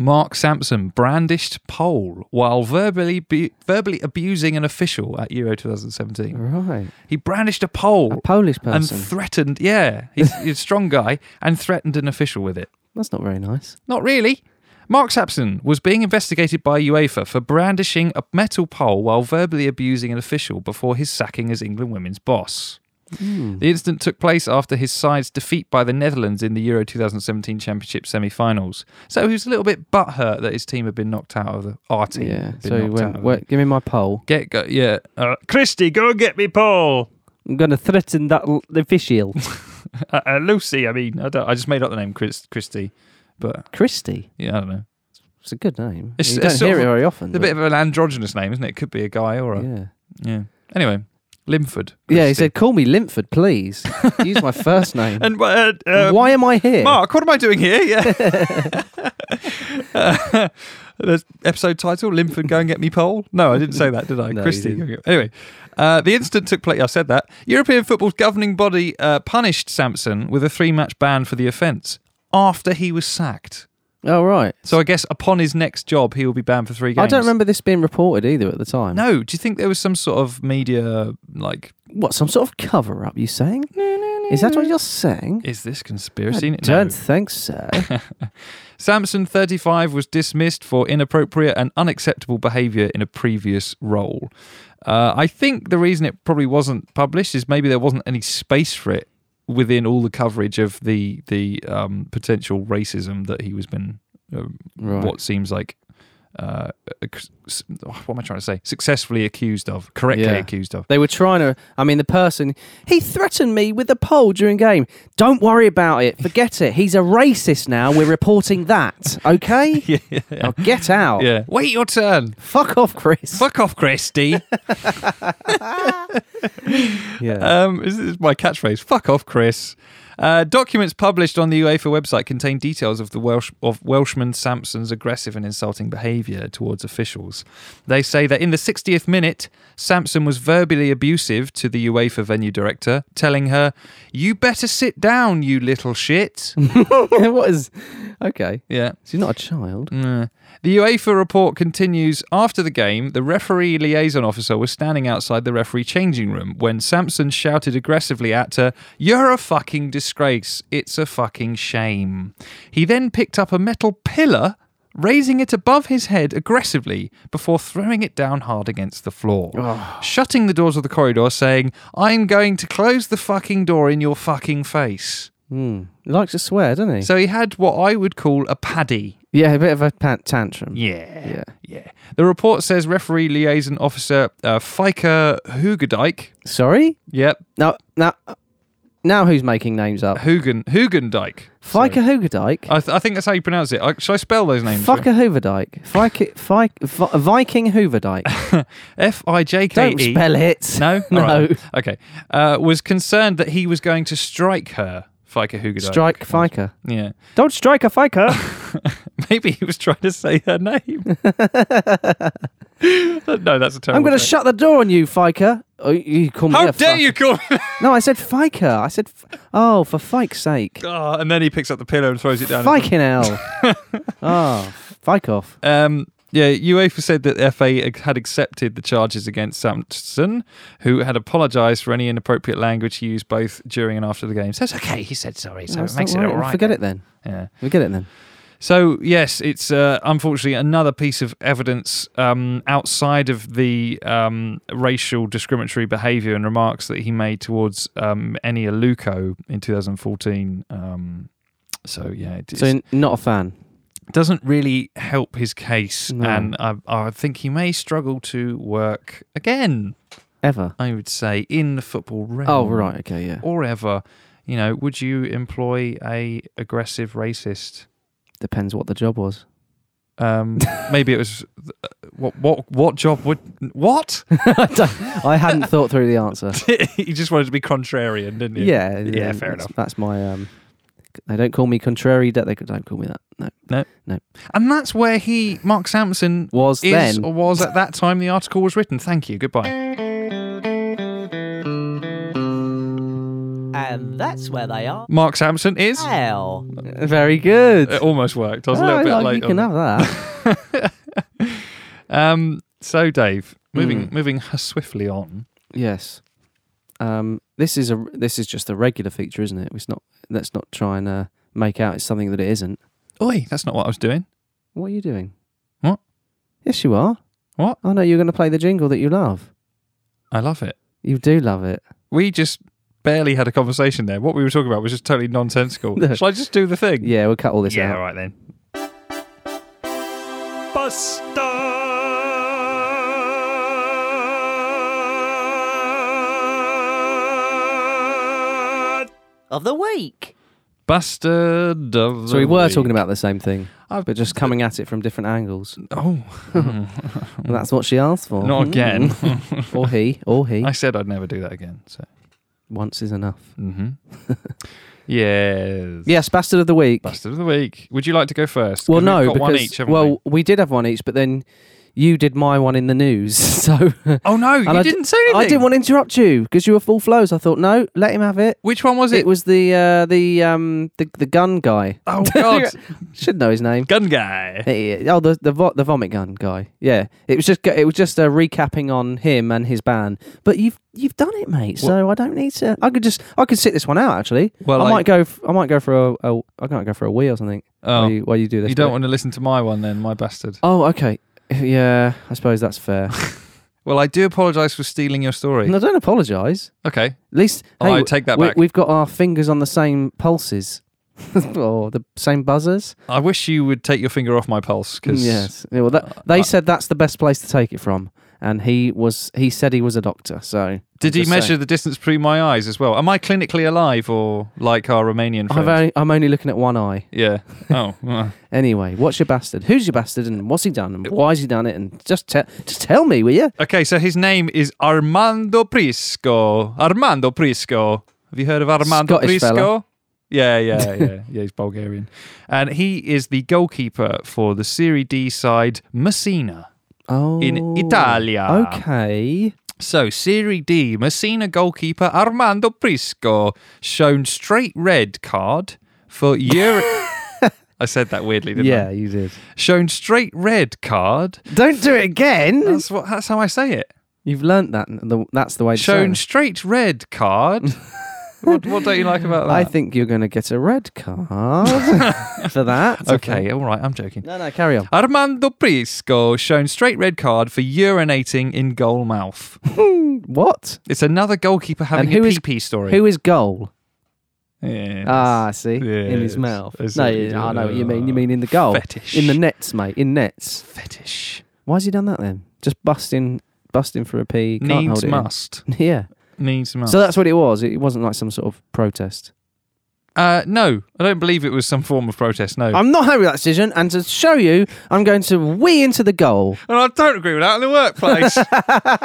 Speaker 2: Mark Sampson brandished pole while verbally bu- verbally abusing an official at Euro 2017.
Speaker 3: Right.
Speaker 2: He brandished a pole
Speaker 3: A Polish
Speaker 2: and
Speaker 3: person.
Speaker 2: threatened. Yeah, he's, he's a strong guy and threatened an official with it.
Speaker 3: That's not very nice.
Speaker 2: Not really. Mark Sampson was being investigated by UEFA for brandishing a metal pole while verbally abusing an official before his sacking as England women's boss. The incident took place after his side's defeat by the Netherlands in the Euro 2017 Championship semi-finals. So he was a little bit butthurt that his team had been knocked out of the our team.
Speaker 3: Yeah.
Speaker 2: had been
Speaker 3: So he
Speaker 2: knocked out
Speaker 3: went,
Speaker 2: of
Speaker 3: "Wait, give me my pole.
Speaker 2: the- get go, yeah.
Speaker 5: Uh, Christy, go get me Paul.
Speaker 3: I'm going to threaten that l- official.
Speaker 2: Uh, uh, Lucy, I mean, I, don't, I just made up the name Chris, Christie, but
Speaker 3: Christie.
Speaker 2: yeah, I don't know.
Speaker 3: It's a good name.
Speaker 2: It's-
Speaker 3: you
Speaker 2: it's
Speaker 3: don't
Speaker 2: sort
Speaker 3: hear it
Speaker 2: of-
Speaker 3: very often.
Speaker 2: It's a bit of an androgynous name, isn't it? Could be a guy or
Speaker 3: but-
Speaker 2: a
Speaker 3: yeah.
Speaker 2: Yeah. Anyway, Limford.
Speaker 3: Yeah, he
Speaker 2: Christie.
Speaker 3: said, call me Limpford, please. Use my first name.
Speaker 2: And uh, uh,
Speaker 3: Why am I here?
Speaker 2: Mark, what am I doing here? Yeah. uh, the episode title: Limford, go and get me pole. No, I didn't say that, did I?
Speaker 3: No, you
Speaker 2: Christie.
Speaker 3: didn't.
Speaker 2: Anyway, uh, the incident took place. I said that European football's governing body uh, punished Sampson with a three-match ban for the offence after he was sacked.
Speaker 3: Oh, right.
Speaker 2: So I guess upon his next job, he will be banned for three games.
Speaker 3: I don't remember this being reported either at the time.
Speaker 2: No, do you think there was some sort of media like?
Speaker 3: What, some sort of cover up, you saying? Is that what you're saying?
Speaker 2: Is this
Speaker 3: I
Speaker 2: conspiracy? No.
Speaker 3: don't think so.
Speaker 2: Samson, 35, was dismissed for inappropriate and unacceptable behaviour in a previous role. Uh, I think the reason it probably wasn't published is maybe there wasn't any space for it within all the coverage of the the um, potential racism that he was been um,
Speaker 3: Right.
Speaker 2: what seems like uh, ac- s- what am I trying to say successfully accused of correctly
Speaker 3: Yeah.
Speaker 2: accused of.
Speaker 3: They were trying to. I mean, the person he threatened me with a pole during game. Don't worry about it. Forget it. He's a racist now. We're reporting that. Okay. yeah. Now get out.
Speaker 2: Yeah, wait your turn.
Speaker 3: Fuck off, Chris.
Speaker 2: Fuck off, Christy.
Speaker 3: Yeah.
Speaker 2: Um, this is my catchphrase. Fuck off, Chris. Uh, documents published on the UEFA website contain details of the Welsh of Welshman Sampson's aggressive and insulting behaviour towards officials. They say that in the 60th minute, Sampson was verbally abusive to the UEFA venue director, telling her, "You better sit down, you little shit."
Speaker 3: what is? Okay.
Speaker 2: yeah.
Speaker 3: She's not a child.
Speaker 2: Mm. The UEFA report continues after the game. The referee liaison officer was standing outside the referee changing room when Sampson shouted aggressively at her, You're a fucking disgrace. It's a fucking shame. He then picked up a metal pillar, raising it above his head aggressively before throwing it down hard against the floor, shutting the doors of the corridor, saying, I'm going to close the fucking door in your fucking face.
Speaker 3: Hmm. He likes to swear, doesn't he?
Speaker 2: So he had what I would call a paddy
Speaker 3: yeah, a bit of a pant- tantrum.
Speaker 2: yeah.
Speaker 3: Yeah.
Speaker 2: Yeah. The report says referee liaison officer uh, Fika Hugendijk.
Speaker 3: Sorry.
Speaker 2: Yep.
Speaker 3: Now, now, now, who's making names up?
Speaker 2: Hugen Hugendijk.
Speaker 3: Fika Hoogerdijk.
Speaker 2: I, th- I think that's how you pronounce it. I, should I spell those names?
Speaker 3: Fucker Hooverdike. Fike, Fike, Vi- Viking Hooverdike.
Speaker 2: F I J K
Speaker 3: Don't
Speaker 2: E.
Speaker 3: spell it.
Speaker 2: No.
Speaker 3: No.
Speaker 2: All right. Okay. Uh, was concerned that he was going to strike her. Fika Hugendijk.
Speaker 3: Strike Fika.
Speaker 2: Yeah.
Speaker 3: Don't strike a Fika.
Speaker 2: Maybe he was trying to say her name. no, that's a terrible.
Speaker 3: I'm going to
Speaker 2: joke.
Speaker 3: shut the door on you, Fika. Oh, you call me
Speaker 2: How
Speaker 3: a
Speaker 2: dare
Speaker 3: fuck-
Speaker 2: you call?
Speaker 3: No, I said Fika. I said, f- oh, for Fike's sake.
Speaker 2: oh, and then he picks up the pillow and throws it down.
Speaker 3: Fiking hell. oh, Fike off.
Speaker 2: Um, yeah, UEFA said that the FA had accepted the charges against Sampson, who had apologised for any inappropriate language he used both during and after the game. So it's okay, he said sorry, so
Speaker 3: That's
Speaker 2: it makes
Speaker 3: not
Speaker 2: it all right.
Speaker 3: Forget it then.
Speaker 2: Yeah.
Speaker 3: Forget it then.
Speaker 2: So yes, it's uh, unfortunately another piece of evidence um, outside of the um, racial discriminatory behaviour and remarks that he made towards um, Eni Aluko in 2014. Um, So yeah, it
Speaker 3: So,
Speaker 2: it's-
Speaker 3: n- not a fan.
Speaker 2: doesn't really help his case,
Speaker 3: No.
Speaker 2: and I, I think he may struggle to work again.
Speaker 3: Ever.
Speaker 2: I would say in the football realm.
Speaker 3: Oh, right. Okay, yeah.
Speaker 2: Or ever, you know, would you employ a aggressive racist?
Speaker 3: Depends what the job was.
Speaker 2: Um, maybe it was uh, what what what job would what?
Speaker 3: I don't- I hadn't thought through the answer.
Speaker 2: you just wanted to be contrarian, didn't you?
Speaker 3: Yeah.
Speaker 2: Yeah, fair
Speaker 3: that's,
Speaker 2: enough.
Speaker 3: That's my. um. They don't call me contrary. Don't, they don't call me that. No.
Speaker 2: And that's where he, Mark Sampson,
Speaker 3: Was
Speaker 2: is
Speaker 3: then.
Speaker 2: or was at that time the article was written. Thank you. Goodbye.
Speaker 6: And that's where they are.
Speaker 2: Mark Sampson is.
Speaker 6: Now.
Speaker 3: Very good.
Speaker 2: It almost worked. I was a
Speaker 3: Oh,
Speaker 2: little bit
Speaker 3: like,
Speaker 2: late.
Speaker 3: You can
Speaker 2: on
Speaker 3: have that.
Speaker 2: that. Um. So Dave, moving
Speaker 3: Mm.
Speaker 2: moving swiftly on.
Speaker 3: yes. Um, this is a this is just a regular feature, isn't it? It's not. Let's not try and uh, make out it's something that it isn't.
Speaker 2: Oi, that's not what I was doing.
Speaker 3: What are you doing?
Speaker 2: What?
Speaker 3: Yes, you are.
Speaker 2: What?
Speaker 3: I know you're going to play the jingle that you love.
Speaker 2: I love it.
Speaker 3: You do love it.
Speaker 2: We just barely had a conversation there. What we were talking about was just totally nonsensical.
Speaker 3: No.
Speaker 2: Shall I just do the thing?
Speaker 3: Yeah, we'll cut all this out.
Speaker 2: all right then.
Speaker 6: Of the week.
Speaker 2: Bastard of
Speaker 3: So we were talking about the same thing,
Speaker 2: I've-
Speaker 3: but just coming at it from different angles.
Speaker 2: Oh,
Speaker 3: And that's what she asked for.
Speaker 2: not again.
Speaker 3: or he. Or he.
Speaker 2: I said I'd never do that again. So.
Speaker 3: Once is enough.
Speaker 2: Mm-hmm. yes.
Speaker 3: Yes, bastard of the week.
Speaker 2: Bastard of the week. Would you like to go first?
Speaker 3: Well,
Speaker 2: 'Cause
Speaker 3: no,
Speaker 2: we've got
Speaker 3: because
Speaker 2: one each. haven't
Speaker 3: well,
Speaker 2: we?
Speaker 3: did have one each, but then you did my one in the news. So
Speaker 2: oh no, you
Speaker 3: And I d-
Speaker 2: didn't say anything.
Speaker 3: I didn't want to interrupt you because you were full flows. I thought, no, let him have it.
Speaker 2: Which one was
Speaker 3: It
Speaker 2: it?
Speaker 3: was the uh, the um the, the gun guy.
Speaker 2: Oh God,
Speaker 3: Should know his name.
Speaker 2: gun guy.
Speaker 3: Hey, Oh, the the, vo- the vomit gun guy. Yeah, it was just it was just a recapping on him and his ban. But you've you've done it, mate. So I don't need to. I could just I could sit this one out actually.
Speaker 2: Well,
Speaker 3: I,
Speaker 2: I-
Speaker 3: might go. f- I might go for a, a I might go for a wee or something.
Speaker 2: Oh,
Speaker 3: while you, while you do this.
Speaker 2: you don't
Speaker 3: bit.
Speaker 2: want to listen to my one then, my bastard.
Speaker 3: Oh, okay. Yeah, I suppose that's fair.
Speaker 2: Well, I do apologise for stealing your story.
Speaker 3: no, don't apologise.
Speaker 2: Okay,
Speaker 3: At least,
Speaker 2: Oh,
Speaker 3: hey,
Speaker 2: I take that
Speaker 3: we,
Speaker 2: back.
Speaker 3: We've got our fingers on the same pulses or the same buzzers.
Speaker 2: I wish you would take your finger off my pulse because
Speaker 3: Yes. Yeah, well, that, they said that's the best place to take it from, and he was. He said he was a doctor. So
Speaker 2: did
Speaker 3: I'm
Speaker 2: you
Speaker 3: just
Speaker 2: measure
Speaker 3: saying.
Speaker 2: the distance between my eyes as well? Am I clinically alive or like our Romanian
Speaker 3: I've
Speaker 2: friend?
Speaker 3: only, I'm only looking at one eye.
Speaker 2: yeah. Oh, uh,
Speaker 3: Anyway, what's your bastard? Who's your bastard? And what's he done? And why's he done it? And just tell, just tell me, will you?
Speaker 2: okay. So his name is Armando Prisco. Armando Prisco. Have you heard of Armando
Speaker 3: Scottish
Speaker 2: Prisco?
Speaker 3: fella.
Speaker 2: Yeah, yeah, yeah, yeah. He's Bulgarian, and he is the goalkeeper for the Serie D side Messina.
Speaker 3: Oh,
Speaker 2: Italia.
Speaker 3: Okay.
Speaker 2: So, Serie D, Messina goalkeeper Armando Prisco shown straight red card for Euro. I said that weirdly, didn't
Speaker 3: Yeah,
Speaker 2: I?
Speaker 3: you did.
Speaker 2: Shown straight red card.
Speaker 3: Don't do it again.
Speaker 2: That's what. That's how I say it.
Speaker 3: You've learnt that. The, that's the way. to say
Speaker 2: Shown
Speaker 3: it.
Speaker 2: straight red card. what, what don't you like about that?
Speaker 3: I think you're going to get a red card for that.
Speaker 2: Okay, all right. I'm joking.
Speaker 3: No, no, carry on.
Speaker 2: Armando Prisco shown straight red card for urinating in goal mouth.
Speaker 3: What?
Speaker 2: It's another goalkeeper having
Speaker 3: who
Speaker 2: a
Speaker 3: is-
Speaker 2: PP story.
Speaker 3: Who is goal?
Speaker 2: Yes.
Speaker 3: Ah, I see. In his
Speaker 2: Yes.
Speaker 3: mouth.
Speaker 2: It's
Speaker 3: No,
Speaker 2: a-
Speaker 3: you- I know what you mean. You mean in the goal.
Speaker 2: Fetish.
Speaker 3: In the nets, mate. In nets.
Speaker 2: fetish.
Speaker 3: Why's he done that then? Just busting busting for a pee. Can't hold
Speaker 2: Needs
Speaker 3: it in.
Speaker 2: must.
Speaker 3: Yeah.
Speaker 2: Needs must.
Speaker 3: So that's what it was. It wasn't like some sort of protest.
Speaker 2: Uh, no, I don't believe it was some form of protest. No,
Speaker 3: I'm not happy with that decision, and to show you, I'm going to wee into the goal.
Speaker 2: and I don't agree with that in the workplace. that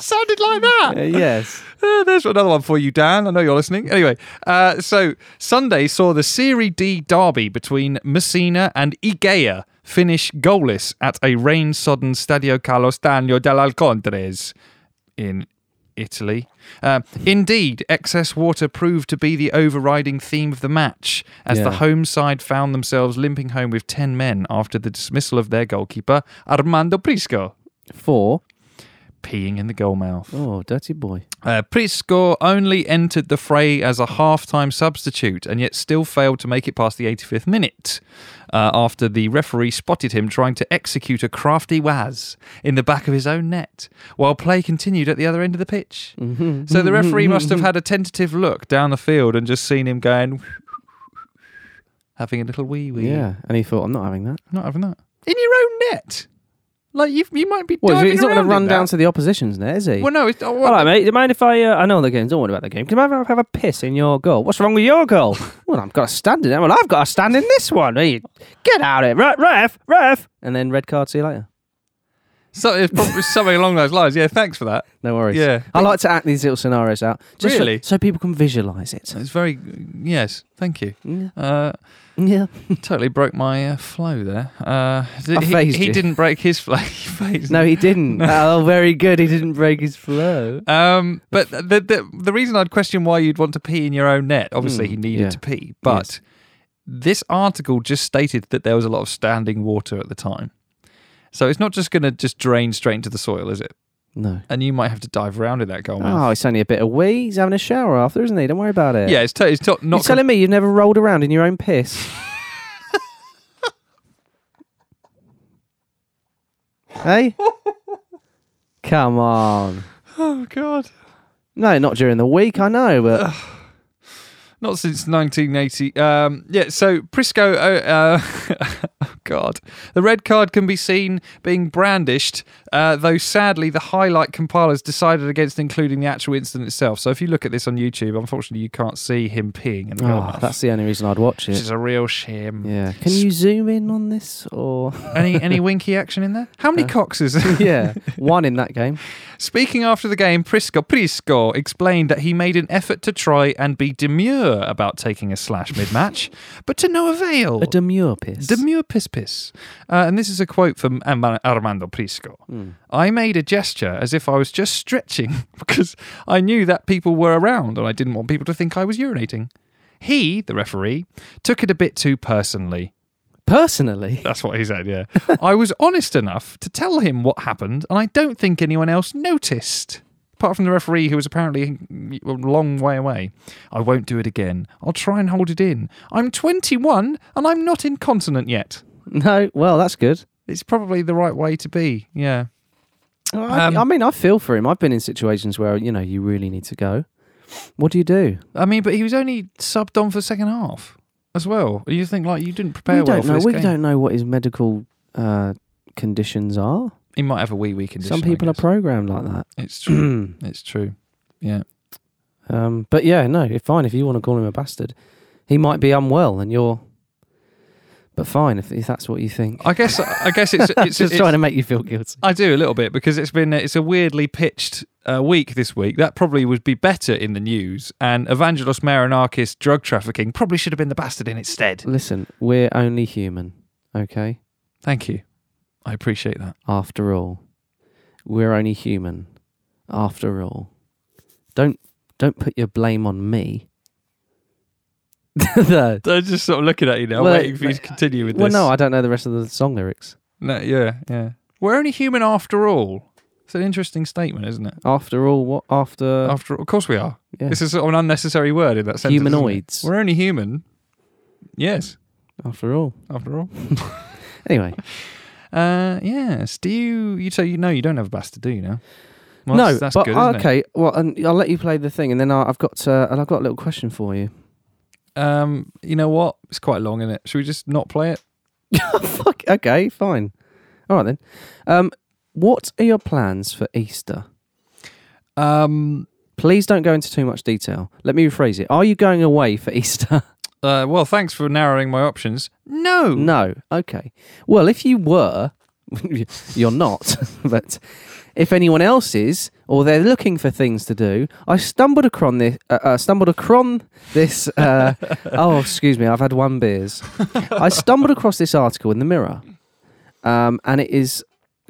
Speaker 2: sounded like that.
Speaker 3: Uh, yes.
Speaker 2: Uh, there's another one for you, Dan. I know you're listening. Anyway, uh, so Sunday saw the Serie D derby between Messina and Igea finish goalless at a rain-sodden Stadio Calostagno dell'Alcontres in Italy. Uh, indeed, excess water proved to be the overriding theme of the match, as the
Speaker 3: Yeah.
Speaker 2: home side found themselves limping home with 10 men after the dismissal of their goalkeeper, Armando Prisco,
Speaker 3: Four.
Speaker 2: peeing in the goal mouth.
Speaker 3: Oh, dirty boy.
Speaker 2: Uh, Prisco only entered the fray as a half-time substitute and yet still failed to make it past the 85th minute uh, after the referee spotted him trying to execute a crafty waz in the back of his own net while play continued at the other end of the pitch. So the referee must have had a tentative look down the field and just seen him going having a little wee wee.
Speaker 3: Yeah, and he thought, I'm not having that.
Speaker 2: I'm not having that in your own net. Like you, you might be.
Speaker 3: Well,
Speaker 2: diving
Speaker 3: he's not going
Speaker 2: around
Speaker 3: to
Speaker 2: in
Speaker 3: run down
Speaker 2: that.
Speaker 3: to the opposition's net, is he?
Speaker 2: Well, no. It's, oh,
Speaker 3: All
Speaker 2: well,
Speaker 3: right, mate. Do you mind if I? Uh, I know the game. Don't worry about the game. Can I have, have a piss in your goal? What's wrong with your goal? well, I've got a stand in it. Well, I've got a stand in this one. Hey, you- Get out of it, right, ref, ref. And then red card. See you later.
Speaker 2: so it's probably something along those lines. Yeah, thanks for that.
Speaker 3: No worries.
Speaker 2: Yeah.
Speaker 3: I like to act these little scenarios out. Just so-
Speaker 2: Really?
Speaker 3: So, people can visualise it.
Speaker 2: It's very yes. Thank you.
Speaker 3: Yeah.
Speaker 2: Uh,
Speaker 3: Yeah.
Speaker 2: totally broke my uh, flow there. Uh, did-
Speaker 3: I
Speaker 2: he,
Speaker 3: phased
Speaker 2: he
Speaker 3: you.
Speaker 2: didn't break his flow. He phased
Speaker 3: No, he didn't. oh, very good. He didn't break his flow.
Speaker 2: Um, but the, the the reason I'd question why you'd want to pee in your own net, obviously
Speaker 3: Mm,
Speaker 2: he needed
Speaker 3: yeah.
Speaker 2: to pee, but this article just stated that there was a lot of standing water at the time. So it's not just going to just drain straight into the soil, is it?
Speaker 3: No.
Speaker 2: And you might have to dive around in that goal
Speaker 3: Oh,
Speaker 2: mouth.
Speaker 3: it's only a bit of wee. He's having a shower after, isn't he? Don't worry about it.
Speaker 2: yeah, it's, to it's to- not.
Speaker 3: You're telling me you've never rolled around in your own piss? hey? Come on.
Speaker 2: oh God,
Speaker 3: No, not during the week, I know, but
Speaker 2: not since 1980. Um, yeah. So Prisco, uh, uh, oh God, the red card can be seen being brandished, uh, though sadly the highlight compilers decided against including the actual incident itself. So if you look at this on YouTube, unfortunately you can't see him peeing in the goal
Speaker 3: Oh,
Speaker 2: mouth,
Speaker 3: that's the only reason I'd watch
Speaker 2: which
Speaker 3: it.
Speaker 2: is a real shame.
Speaker 3: Yeah. Can you zoom in on this or
Speaker 2: any any winky action in there? How many
Speaker 3: Uh,
Speaker 2: coxes?
Speaker 3: Yeah. One in that game.
Speaker 2: Speaking after the game, Prisco Prisco explained that he made an effort to try and be demure about taking a slash mid-match, but to no avail.
Speaker 3: A demure piss.
Speaker 2: Demure piss piss. Uh, and this is a quote from Am- Armando Prisco. I made a gesture as if I was just stretching because I knew that people were around and I didn't want people to think I was urinating. He, the referee, took it a bit too personally.
Speaker 3: Personally.
Speaker 2: That's what he said, yeah. I was honest enough to tell him what happened, and I don't think anyone else noticed. Apart from the referee, who was apparently a long way away. I won't do it again. I'll try and hold it in. I'm 21 and I'm not incontinent yet.
Speaker 3: No, well, that's good.
Speaker 2: It's probably the right way to be. Yeah.
Speaker 3: I,
Speaker 2: Um,
Speaker 3: I mean, I feel for him. I've been in situations where, you know, you really need to go. What do you do?
Speaker 2: I mean, but he was only subbed on for the second half as well. You think, like, you didn't prepare
Speaker 3: we
Speaker 2: well
Speaker 3: don't
Speaker 2: for
Speaker 3: know.
Speaker 2: this
Speaker 3: We
Speaker 2: game.
Speaker 3: don't know what his medical uh, conditions are.
Speaker 2: He might have a wee wee condition.
Speaker 3: Some
Speaker 2: I
Speaker 3: people are
Speaker 2: guess.
Speaker 3: programmed like that.
Speaker 2: It's true. it's true. Yeah.
Speaker 3: Um, but yeah, no, if- fine. If you want to call him a bastard, he might be unwell, and you're. But fine, if, if that's what you think.
Speaker 2: I guess. I guess it's.
Speaker 3: I'm
Speaker 2: it's
Speaker 3: just trying to make you feel guilty.
Speaker 2: I do a little bit because it's been it's a weirdly pitched uh, week this week. That probably would be better in the news. And Evangelos Marinakis drug trafficking probably should have been the bastard in instead.
Speaker 3: Listen, we're only human, okay?
Speaker 2: Thank you, I appreciate that.
Speaker 3: After all, we're only human. After all, don't don't put your blame on me. no.
Speaker 2: I'm just sort of looking at you now,
Speaker 3: Well,
Speaker 2: waiting for you to continue with
Speaker 3: Well,
Speaker 2: this.
Speaker 3: no, I don't know the rest of the song lyrics.
Speaker 2: no, yeah, yeah. We're only human after all. It's an interesting statement, isn't it?
Speaker 3: After all, what after?
Speaker 2: After all, of course we are.
Speaker 3: Uh, yeah.
Speaker 2: This is sort of an unnecessary word in that sentence. isn't it?
Speaker 3: Humanoids.
Speaker 2: We're only human. Yes,
Speaker 3: After all.
Speaker 2: after all.
Speaker 3: Anyway,
Speaker 2: Uh, yes. Do you? You so you know you don't have a bastard, do you now? Well,
Speaker 3: no,
Speaker 2: that's, that's
Speaker 3: but
Speaker 2: good. Isn't It?
Speaker 3: okay. Well, and I'll let you play the thing, and then I, I've got uh, and I've got a little question for you.
Speaker 2: Um, you know what? It's quite long, isn't it? Should we just not play it?
Speaker 3: Fuck. Okay. Fine. All right then. Um, what are your plans for Easter?
Speaker 2: Um,
Speaker 3: Please don't go into too much detail. Let me rephrase it. Are you going away for Easter?
Speaker 2: uh, well, thanks for narrowing my options. No,
Speaker 3: no. Okay. Well, if you were, you're not. but if anyone else is, or they're looking for things to do, I stumbled across this. Uh, uh, stumbled across this. Uh, oh, excuse me. I've had one beers. I stumbled across this article in the Mirror, um, and it is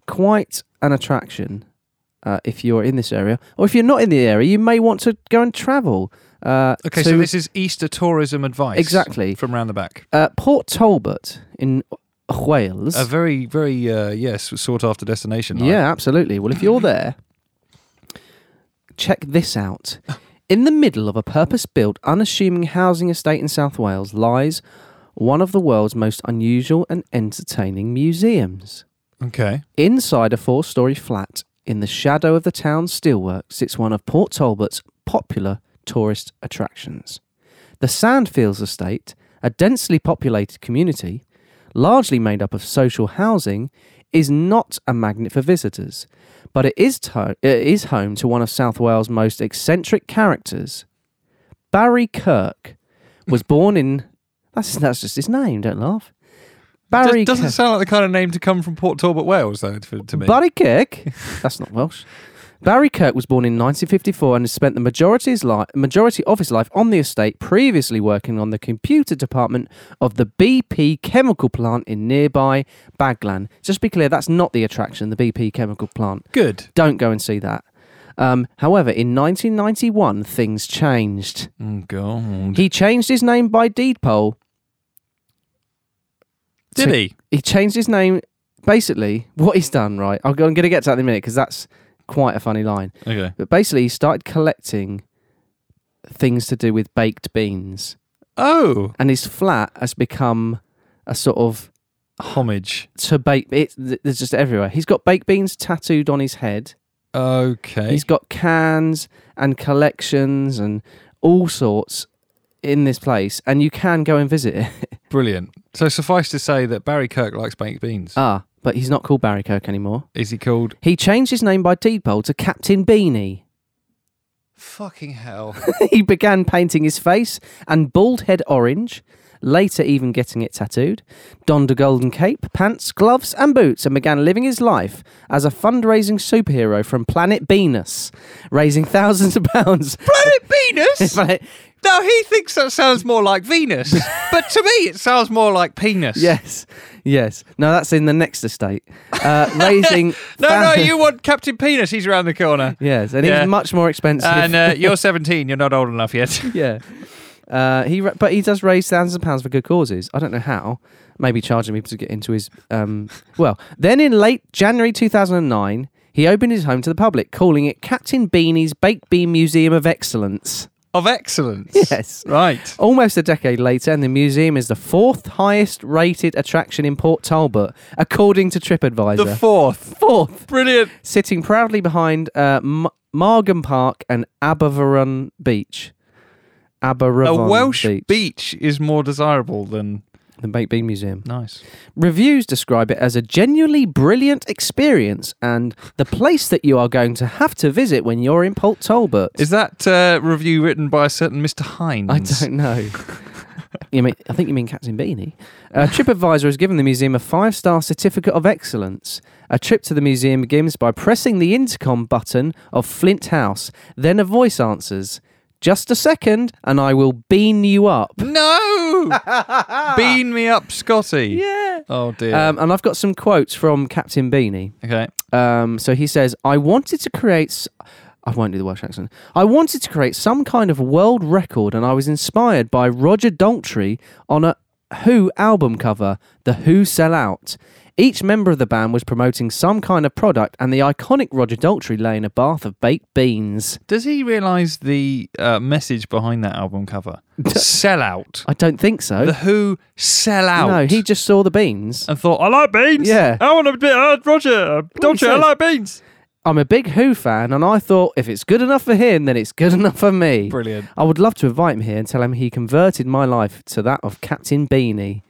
Speaker 3: quite an attraction. Uh, if you're in this area, or if you're not in the area, you may want to go and travel. Uh,
Speaker 2: Okay,
Speaker 3: to-
Speaker 2: so this is Easter tourism advice.
Speaker 3: Exactly.
Speaker 2: from round the back.
Speaker 3: uh, Port Talbot in Wales.
Speaker 2: A very, very uh, yes, sought after destination. like.
Speaker 3: Yeah, absolutely. Well, if you're there, check this out. In the middle of a purpose built, unassuming housing estate in South Wales lies one of the world's most unusual and entertaining museums.
Speaker 2: Okay.
Speaker 3: Inside a four story flat in the shadow of the town's steelworks sits one of Port Talbot's popular tourist attractions. The Sandfields estate, a densely populated community, largely made up of social housing, is not a magnet for visitors, but it is, to- it is home to one of South Wales' most eccentric characters. Barry Kirk was born in. That's, that's just his name, don't laugh. Barry
Speaker 2: doesn't
Speaker 3: Kirk.
Speaker 2: sound like the kind of name to come from Port Talbot, Wales, though, to, to me.
Speaker 3: Barry Kirk. That's not Welsh. Barry Kirk was born in 1954 and has spent the majority, his li- majority of his life on the estate, previously working on the computer department of the BP chemical plant in nearby Baglan. Just be clear, that's not the attraction, the BP chemical plant.
Speaker 2: Good.
Speaker 3: Don't go and see that. Um, however, in 1991, things changed.
Speaker 2: Oh, God.
Speaker 3: He changed his name by deed poll
Speaker 2: Did
Speaker 3: to-
Speaker 2: he?
Speaker 3: he changed his name. Basically, what he's done, right? I'll go, I'm going to get to that in a minute because that's quite a funny line.
Speaker 2: Okay.
Speaker 3: But basically, he started collecting things to do with baked beans,
Speaker 2: Oh,
Speaker 3: and his flat has become a sort of
Speaker 2: homage.
Speaker 3: to bake. It, th- there's just everywhere. He's got baked beans tattooed on his head.
Speaker 2: Okay.
Speaker 3: He's got cans and collections and all sorts in this place, and you can go and visit it.
Speaker 2: Brilliant. So suffice to say that Barry Kirk likes baked beans.
Speaker 3: ah, but he's not called Barry Kirk anymore.
Speaker 2: Is he called
Speaker 3: He changed his name by deed poll to Captain Beanie.
Speaker 2: fucking hell?
Speaker 3: he began painting his face and bald head orange, later even getting it tattooed, donned a golden cape, pants, gloves, and boots, and began living his life as a fundraising superhero from planet Venus, raising thousands of pounds.
Speaker 2: Planet Venus?
Speaker 3: Planet-
Speaker 2: No, he thinks that sounds more like Venus, but to me it sounds more like penis.
Speaker 3: yes, yes. No, that's in the next estate. Uh, raising.
Speaker 2: No, no,
Speaker 3: thou-
Speaker 2: you want Captain Penis? He's around the corner.
Speaker 3: Yes, and
Speaker 2: Yeah.
Speaker 3: it's much more expensive.
Speaker 2: And uh, you're 17. You're not old enough yet.
Speaker 3: yeah. Uh, he ra- but he does raise thousands of pounds for good causes. I don't know how. Maybe charging people to get into his. Um, well, then in late January 2009, he opened his home to the public, calling it Captain Beanie's Baked Bean Museum of Excellence.
Speaker 2: Of excellence.
Speaker 3: Yes.
Speaker 2: Right.
Speaker 3: Almost a decade later, and the museum is the fourth highest rated attraction in Port Talbot, according to TripAdvisor.
Speaker 2: The fourth.
Speaker 3: fourth,
Speaker 2: Brilliant.
Speaker 3: sitting proudly behind uh, M- Margam Park and Aberfan Beach.
Speaker 2: A
Speaker 3: Aberfan
Speaker 2: Welsh
Speaker 3: Beach.
Speaker 2: beach. is more desirable than
Speaker 3: the Baked Bean Museum.
Speaker 2: nice.
Speaker 3: Reviews describe it as a genuinely brilliant experience and the place that you are going to have to visit when you're in Port Talbot.
Speaker 2: Is that uh, review written by a certain Mr. Hines?
Speaker 3: I don't know. you mean, I think you mean Captain Beanie. Uh, TripAdvisor has given the museum a five star certificate of excellence. A trip to the museum begins by pressing the intercom button of Flint House. Then a voice answers, Just a second, and I will bean you up.
Speaker 2: No. Bean me up, Scotty.
Speaker 3: Yeah.
Speaker 2: Oh dear.
Speaker 3: Um, and I've got some quotes from Captain Beanie.
Speaker 2: okay.
Speaker 3: Um, so he says, I wanted to create. s- I won't do the Welsh accent. I wanted to create some kind of world record, and I was inspired by Roger Daltrey on a Who album cover, The Who Sell Out. Each member of the band was promoting some kind of product, and the iconic Roger Daltrey lay in a bath of baked beans.
Speaker 2: Does he realise the uh, message behind that album cover? sell out.
Speaker 3: I don't think so.
Speaker 2: The Who sell out.
Speaker 3: no, he just saw the beans.
Speaker 2: and thought,
Speaker 5: I
Speaker 2: I like.
Speaker 5: like beans.
Speaker 3: Yeah.
Speaker 5: I want to be uh, Roger. Don't you? I
Speaker 3: says-
Speaker 5: like beans.
Speaker 3: I'm a big Who fan, and I thought if it's good enough for him, then it's good enough for me.
Speaker 2: Brilliant.
Speaker 3: I would love to invite him here and tell him he converted my life to that of Captain Beanie.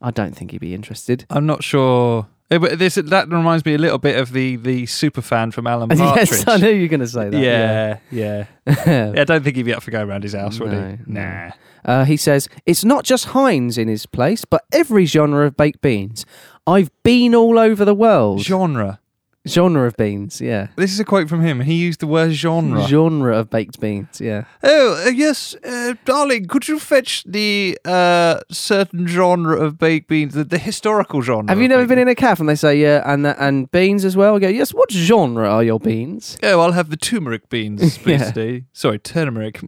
Speaker 3: I don't think he'd be interested.
Speaker 2: I'm not sure. Eh, but this that reminds me a little bit of the the super fan from Alan Partridge.
Speaker 3: yes, I knew you were going to say that.
Speaker 2: Yeah, yeah.
Speaker 3: yeah.
Speaker 2: Yeah, I don't think he'd be up for going around his house, would
Speaker 3: No,
Speaker 2: he? Nah.
Speaker 3: Uh, he says, It's not just Heinz in his place, but every genre of baked beans. I've been all over the world.
Speaker 2: Genre.
Speaker 3: genre of beans, yeah.
Speaker 2: This is a quote from him. He used the word genre.
Speaker 3: Genre of baked beans, yeah.
Speaker 2: oh, uh, yes, uh, darling, could you fetch the uh, certain genre of baked beans, the, the historical genre?
Speaker 3: Have you
Speaker 2: of
Speaker 3: never
Speaker 2: baked
Speaker 3: been in a cafe and they say, Yeah, and, that and beans as well? I go, Yes, what genre are your beans?
Speaker 2: Oh, I'll have the turmeric beans, please,
Speaker 3: Yeah.
Speaker 2: today. Sorry, turmeric.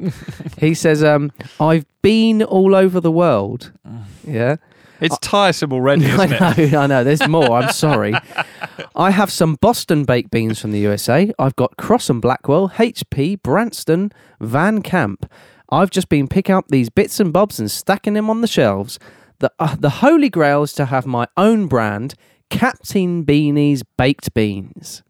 Speaker 3: He says, um, I've been all over the world.
Speaker 2: Mm.
Speaker 3: Yeah.
Speaker 2: It's tiresome already,
Speaker 3: I
Speaker 2: isn't it? Uh,
Speaker 3: know, I know. There's more. I'm sorry. I have some Boston baked beans from the USA. I've got Cross and Blackwell, HP, Branston, Van Camp. I've just been picking up these bits and bobs and stacking them on the shelves. The, uh, the holy grail is to have my own brand, Captain Beanie's Baked Beans.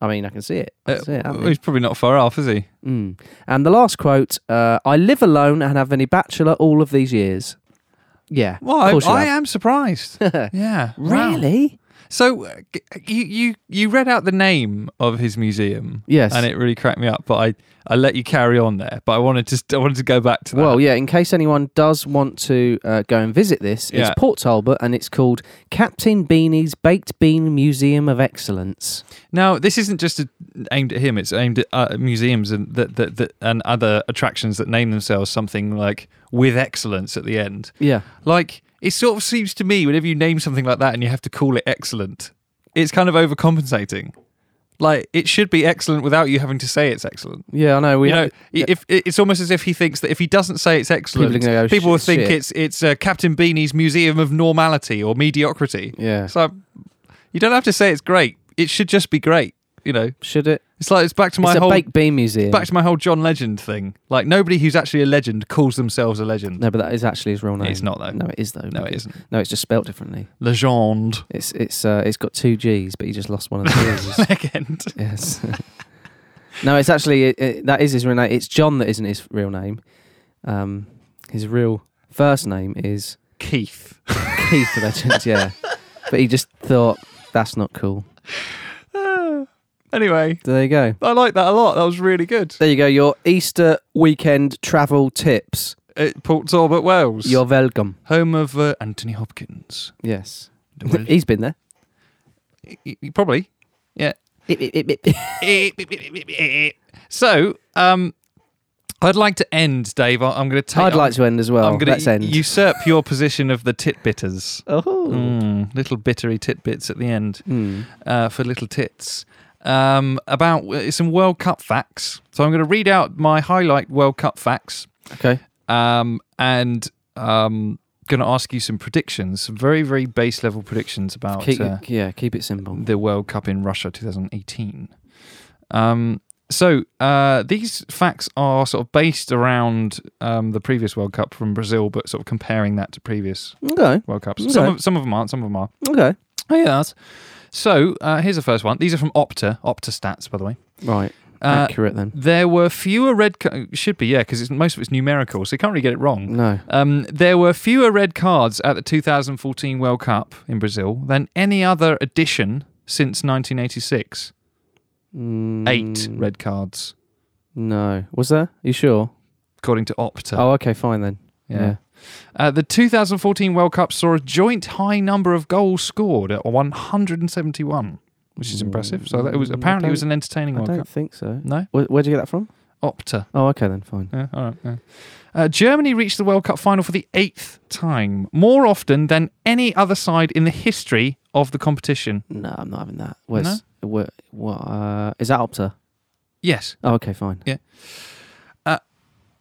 Speaker 3: I mean, I can see it. I can see it
Speaker 2: Uh,
Speaker 3: happening.
Speaker 2: He's probably not far off, is he?
Speaker 3: Mm. And the last quote uh, I live alone and have been a bachelor all of these years. Yeah.
Speaker 2: Well,
Speaker 3: of course you
Speaker 2: I, I
Speaker 3: have.
Speaker 2: am surprised. yeah. wow.
Speaker 3: Really?
Speaker 2: So uh, g- you you you read out the name of his museum.
Speaker 3: Yes.
Speaker 2: And it really cracked me up, but I I let you carry on there, but I wanted to I wanted to go back to that.
Speaker 3: Well, yeah. In case anyone does want to uh, go and visit this, it's
Speaker 2: Yeah.
Speaker 3: Port Talbot, and it's called Captain Beanie's Baked Bean Museum of Excellence.
Speaker 2: Now, this isn't just a, aimed at him. It's aimed at uh, museums and that, that, that and other attractions that name themselves something like with excellence at the end.
Speaker 3: Yeah.
Speaker 2: Like it sort of seems to me whenever you name something like that and you have to call it excellent, it's kind of overcompensating. Like it should be excellent without you having to say it's excellent.
Speaker 3: Yeah, I know. We
Speaker 2: You know,
Speaker 3: have-
Speaker 2: i if i- it's almost as if he thinks that if he doesn't say it's excellent,
Speaker 3: People are gonna go,
Speaker 2: people will
Speaker 3: "Shit,
Speaker 2: think
Speaker 3: shit."
Speaker 2: it's it's uh, Captain Beanie's Museum of Normality or Mediocrity.
Speaker 3: Yeah.
Speaker 2: So you don't have to say it's great. It should just be great. You know,
Speaker 3: should it?
Speaker 2: it's like it's back to my
Speaker 3: It's a
Speaker 2: whole
Speaker 3: baked bean museum.
Speaker 2: back to my whole John Legend thing. Like nobody who's actually a legend calls themselves a legend.
Speaker 3: no, but that is actually his real name.
Speaker 2: It's not, though.
Speaker 3: No, it is though.
Speaker 2: No, it
Speaker 3: because-
Speaker 2: isn't.
Speaker 3: No, it's just spelt differently.
Speaker 2: Legend.
Speaker 3: It's it's uh, it's got two G's, but he just lost one of the G's.
Speaker 2: Legend.
Speaker 3: yes. no, it's actually it, it, that is his real name. It's John that isn't his real name. Um, his real first name is
Speaker 2: Keith.
Speaker 3: Keith Legend. Yeah, but he just thought that's not cool.
Speaker 2: Anyway,
Speaker 3: There you go.
Speaker 2: I like that a lot. That was really good.
Speaker 3: There you go. Your Easter weekend travel tips.
Speaker 2: At Port Talbot, Wales.
Speaker 3: You're welcome.
Speaker 2: home of uh, Anthony Hopkins.
Speaker 3: Yes,
Speaker 2: Well-
Speaker 3: he's been there.
Speaker 2: Y- y- Probably. Yeah. so, um, I'd like to end, Dave. I- I'm going to take.
Speaker 3: I'd like to end as well.
Speaker 2: I'm gonna
Speaker 3: Let's end.
Speaker 2: usurp your position of the titbitters.
Speaker 3: oh.
Speaker 2: Mm, little bittery titbits at the end
Speaker 3: Hmm.
Speaker 2: uh, for little tits. Um, about uh, some World Cup facts. So I'm going to read out my highlight World Cup facts,
Speaker 3: Okay.
Speaker 2: um, and um, going to ask you some predictions, some very very base level predictions about
Speaker 3: Keep,
Speaker 2: uh,
Speaker 3: yeah, keep it simple.
Speaker 2: the World Cup in Russia 2018. Um, so uh, these facts are sort of based around um, the previous World Cup from Brazil, but sort of comparing that to previous
Speaker 3: Okay.
Speaker 2: World Cups.
Speaker 3: Okay.
Speaker 2: Some of, some of them aren't, some of them are.
Speaker 3: Okay.
Speaker 2: Oh yeah. So uh, here's the first one. These are from Opta, Opta stats, by the way.
Speaker 3: Right.
Speaker 2: Uh,
Speaker 3: Accurate then.
Speaker 2: There were fewer red. Ca- should be yeah, because most of it's numerical, so you can't really get it wrong.
Speaker 3: No.
Speaker 2: Um, there were fewer red cards at the 2014 World Cup in Brazil than any other edition since 1986. Eight red cards,
Speaker 3: Mm, No. Was there? You sure?
Speaker 2: according to Opta.
Speaker 3: Oh, okay. Fine then.
Speaker 2: yeah. Uh, the 2014 World Cup saw a joint high number of goals scored at 171, which is impressive. So that it was apparently it was an entertaining
Speaker 3: I
Speaker 2: World
Speaker 3: don't
Speaker 2: Cup.
Speaker 3: think so.
Speaker 2: No,
Speaker 3: Where, where'd you get that from?
Speaker 2: Opta.
Speaker 3: Oh, okay then. Fine.
Speaker 2: Yeah, all right. yeah. Uh, Germany reached the World Cup final for the eighth time, more often than any other side in the history of the competition.
Speaker 3: No, I'm not having that. Where's where, what? Uh, is that Opta?
Speaker 2: Yes.
Speaker 3: Oh, okay. Fine.
Speaker 2: Uh,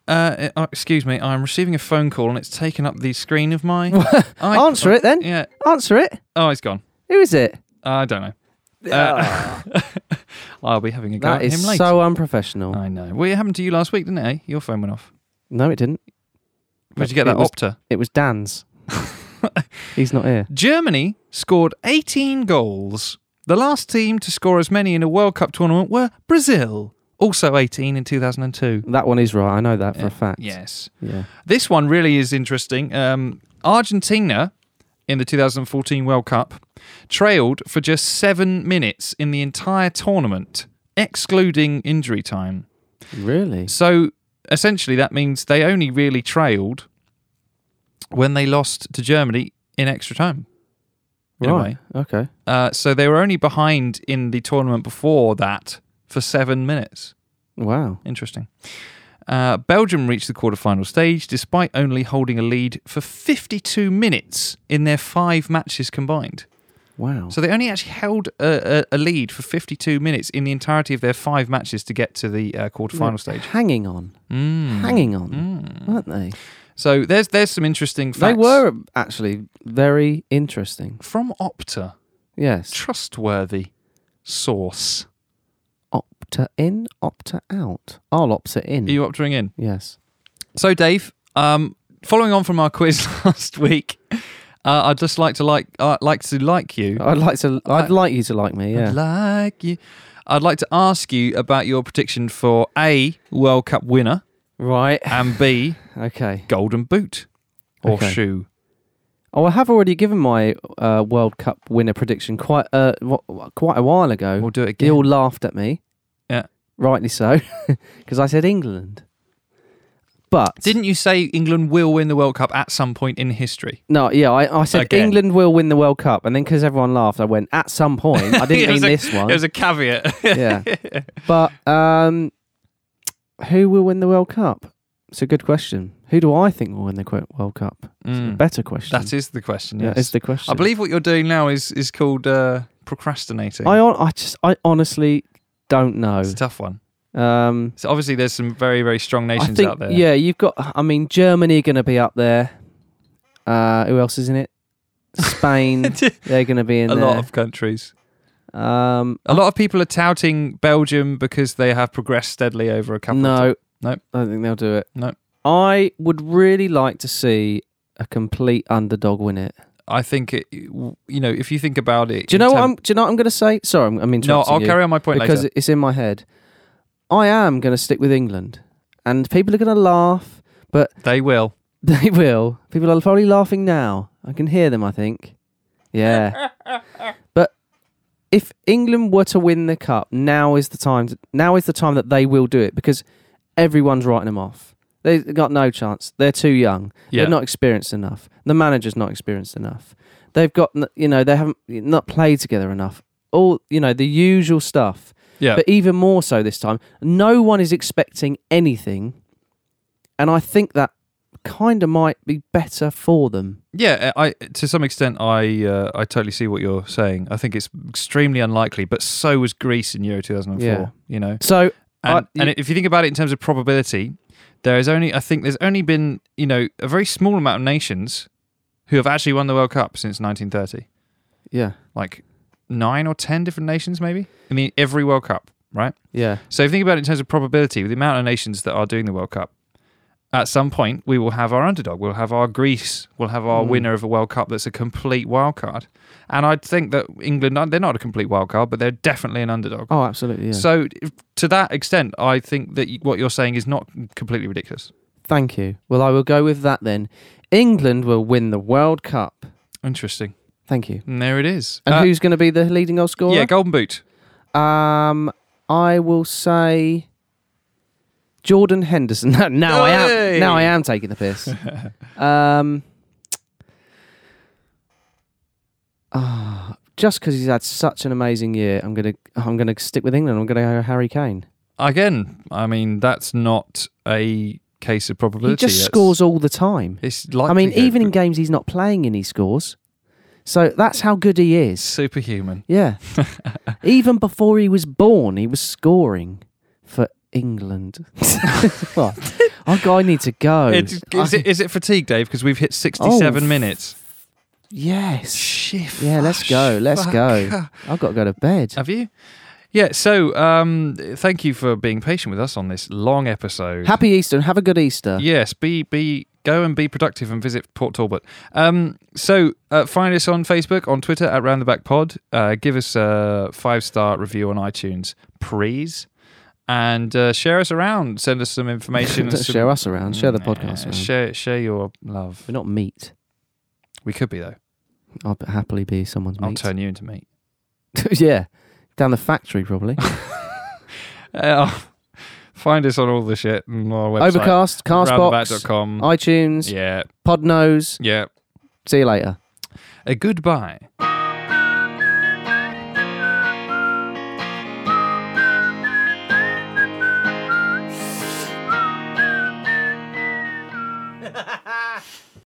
Speaker 2: uh, excuse me, I'm receiving a phone call and it's taken up the screen of my. I-
Speaker 3: Answer it then.
Speaker 2: Yeah.
Speaker 3: Answer it.
Speaker 2: Oh, it's gone.
Speaker 3: Who is it?
Speaker 2: I don't know. Uh, I'll be having a go
Speaker 3: Ah. That
Speaker 2: at
Speaker 3: is
Speaker 2: him later.
Speaker 3: so unprofessional.
Speaker 2: I know. Well, it happened to you last week, didn't it? eh? Your phone went off.
Speaker 3: No, it didn't.
Speaker 2: Where'd you get
Speaker 3: It
Speaker 2: that
Speaker 3: was-
Speaker 2: Opta?
Speaker 3: It was Dan's. He's not here.
Speaker 2: Germany scored 18 goals. The last team to score as many in a World Cup tournament were Brazil, also 18 in 2002.
Speaker 3: That one is right. I know that for a fact.
Speaker 2: Yes.
Speaker 3: Yeah.
Speaker 2: This one really is interesting. Um, Argentina in the 2014 World Cup trailed for just seven minutes in the entire tournament, excluding injury time.
Speaker 3: Really?
Speaker 2: So essentially, that means they only really trailed when they lost to Germany in extra time. in a
Speaker 3: Right. Okay.
Speaker 2: Uh, so they were only behind in the tournament before that for seven minutes.
Speaker 3: Wow.
Speaker 2: Interesting. Uh, Belgium reached the quarterfinal stage despite only holding a lead for 52 minutes in their five matches combined.
Speaker 3: Wow.
Speaker 2: So they only actually held a, a, a lead for 52 minutes in the entirety of their five matches to get to the uh, quarterfinal stage. Hmm.
Speaker 3: Hanging on. Hanging on. Weren't they?
Speaker 2: So there's there's some interesting facts.
Speaker 3: They were actually very interesting.
Speaker 2: from Opta,
Speaker 3: Yes.
Speaker 2: trustworthy source.
Speaker 3: Opta in, opta out. I'll opta in.
Speaker 2: Are you opting in?
Speaker 3: yes.
Speaker 2: So, Dave, um, following on from our quiz last week, uh, I'd just like to like uh, like to like you.
Speaker 3: I'd like to. I'd
Speaker 2: I-
Speaker 3: like you to like me. Oh, Yeah.
Speaker 2: Like you, I'd like to ask you about your prediction for a World Cup winner
Speaker 3: right.
Speaker 2: and b
Speaker 3: Okay.
Speaker 2: Golden Boot or
Speaker 3: Okay.
Speaker 2: shoe.
Speaker 3: Oh, I have already given my uh, World Cup winner prediction quite uh, wh- wh- quite a while ago.
Speaker 2: We'll do it
Speaker 3: They
Speaker 2: again.
Speaker 3: all laughed at me.
Speaker 2: Yeah.
Speaker 3: Rightly so, because I said England. But
Speaker 2: Didn't you say England will win the World Cup at some point in history?
Speaker 3: no, yeah, I, I said
Speaker 2: Again.
Speaker 3: England will win the World Cup, and then because everyone laughed, I went at some point. I
Speaker 2: It
Speaker 3: didn't mean
Speaker 2: was a-
Speaker 3: this one.
Speaker 2: It was a caveat.
Speaker 3: yeah, but um, who will win the World Cup? It's a good question. Who do I think will win the qu- World Cup? It's a
Speaker 2: Mm.
Speaker 3: better question.
Speaker 2: That is the question.
Speaker 3: Yeah,
Speaker 2: Yes.
Speaker 3: it's the question.
Speaker 2: I believe what you're doing now is is called uh, procrastinating.
Speaker 3: I, hon- I just, I honestly don't know.
Speaker 2: it's a tough one.
Speaker 3: Um,
Speaker 2: So obviously, there's some very very strong
Speaker 3: I
Speaker 2: nations
Speaker 3: think,
Speaker 2: out there.
Speaker 3: yeah, you've got. I mean, Germany going to be up there. Uh, who else is in it? Spain, they're going to be in
Speaker 2: a
Speaker 3: there.
Speaker 2: lot of countries.
Speaker 3: um,
Speaker 2: A lot of people are touting Belgium because they have progressed steadily over a couple. of
Speaker 3: no,
Speaker 2: Nope.
Speaker 3: I don't think they'll do it.
Speaker 2: Nope.
Speaker 3: I would really like to see a complete underdog win it.
Speaker 2: I think it. You know, if you think about it,
Speaker 3: Do you
Speaker 2: in
Speaker 3: know what
Speaker 2: term-
Speaker 3: I'm? Do you know what I'm going to say? Sorry, I'm, I'm
Speaker 2: No,
Speaker 3: interrupting
Speaker 2: I'll
Speaker 3: you
Speaker 2: carry on my point
Speaker 3: because
Speaker 2: later.
Speaker 3: it's in my head. I am going to stick with England, and people are going to laugh.
Speaker 2: They will.
Speaker 3: They will. People are probably laughing now. I can hear them, I think. Yeah. but if England were to win the cup, now is the time to, now is the time that they will do it because everyone's writing them off. They've got no chance. They're too young.
Speaker 2: Yeah.
Speaker 3: They're not experienced enough. The manager's not experienced enough. They've got n- you know, they haven't not played together enough. All, you know, the usual stuff.
Speaker 2: Yeah.
Speaker 3: But even more so this time, no one is expecting anything. And I think that kind of might be better for them.
Speaker 2: Yeah, uh, I to some extent I uh, I totally see what you're saying. I think it's extremely unlikely, but so was Greece in Euro 2004.
Speaker 3: Yeah.
Speaker 2: You know,
Speaker 3: So,
Speaker 2: and,
Speaker 3: I-
Speaker 2: and if you think about it in terms of probability, there is only I think there's only been you know a very small amount of nations who have actually won the World Cup since 1930.
Speaker 3: yeah,
Speaker 2: Like nine or ten different nations, maybe in the, every World Cup, right?
Speaker 3: yeah,
Speaker 2: So if you think about it in terms of probability, with the amount of nations that are doing the World Cup, at some point we will have our underdog. We'll have our Greece. We'll have our winner of a World Cup that's a complete wild card. And I think that England, they're not a complete wild card, but they're definitely an underdog.
Speaker 3: oh, absolutely. Yeah.
Speaker 2: So if- to that extent, I think that you- what you're saying is not completely ridiculous.
Speaker 3: Thank you. Well, I will go with that then. England will win the World Cup.
Speaker 2: Interesting.
Speaker 3: Thank you.
Speaker 2: And there it is.
Speaker 3: And
Speaker 2: Uh,
Speaker 3: who's going to be the leading goal scorer?
Speaker 2: yeah, Golden Boot.
Speaker 3: Um, I will say Jordan Henderson. now I
Speaker 2: Hey!
Speaker 3: am. Now I am taking the piss. um, ah, just because he's had such an amazing year, I'm gonna I'm gonna stick with England. I'm gonna go Harry Kane.
Speaker 2: Again, I mean that's not a case of probability.
Speaker 3: He just
Speaker 2: That's-
Speaker 3: scores all the time.
Speaker 2: It's
Speaker 3: I mean,
Speaker 2: likelihood,
Speaker 3: even in
Speaker 2: but
Speaker 3: games he's not playing in, he scores. So that's how good he is.
Speaker 2: superhuman.
Speaker 3: Yeah. Even before he was born, he was scoring for England. what? Our guy needs to go.
Speaker 2: It- is,
Speaker 3: Oh, I-
Speaker 2: it, is it fatigue, Dave? Because we've hit 67
Speaker 3: Oh,
Speaker 2: minutes.
Speaker 3: yes.
Speaker 2: Shift.
Speaker 3: Yeah, let's go. Let's go. I've got to go to bed.
Speaker 2: Have you? Yeah, so um, thank you for being patient with us on this long episode.
Speaker 3: Happy Easter and have a good Easter.
Speaker 2: Yes, be be go and be productive and visit Port Talbot. Um, so uh, find us on Facebook, on Twitter at Round the Back Pod. Uh, give us a five star review on iTunes, please, and uh, share us around. Send us some information.
Speaker 3: Don't
Speaker 2: some-
Speaker 3: share us around. Share the
Speaker 2: Nah,
Speaker 3: podcast around.
Speaker 2: Share share your love.
Speaker 3: We're not meat.
Speaker 2: We could be though.
Speaker 3: I'll b- happily be someone's
Speaker 2: I'll
Speaker 3: meat.
Speaker 2: turn you into meat.
Speaker 3: yeah. Down the factory, probably.
Speaker 2: Uh, find us on all the shit and our website.
Speaker 3: Overcast, Castbox,
Speaker 2: roundabout.com.
Speaker 3: iTunes,
Speaker 2: Yeah,
Speaker 3: Podnose.
Speaker 2: yeah.
Speaker 3: See you later.
Speaker 2: A goodbye.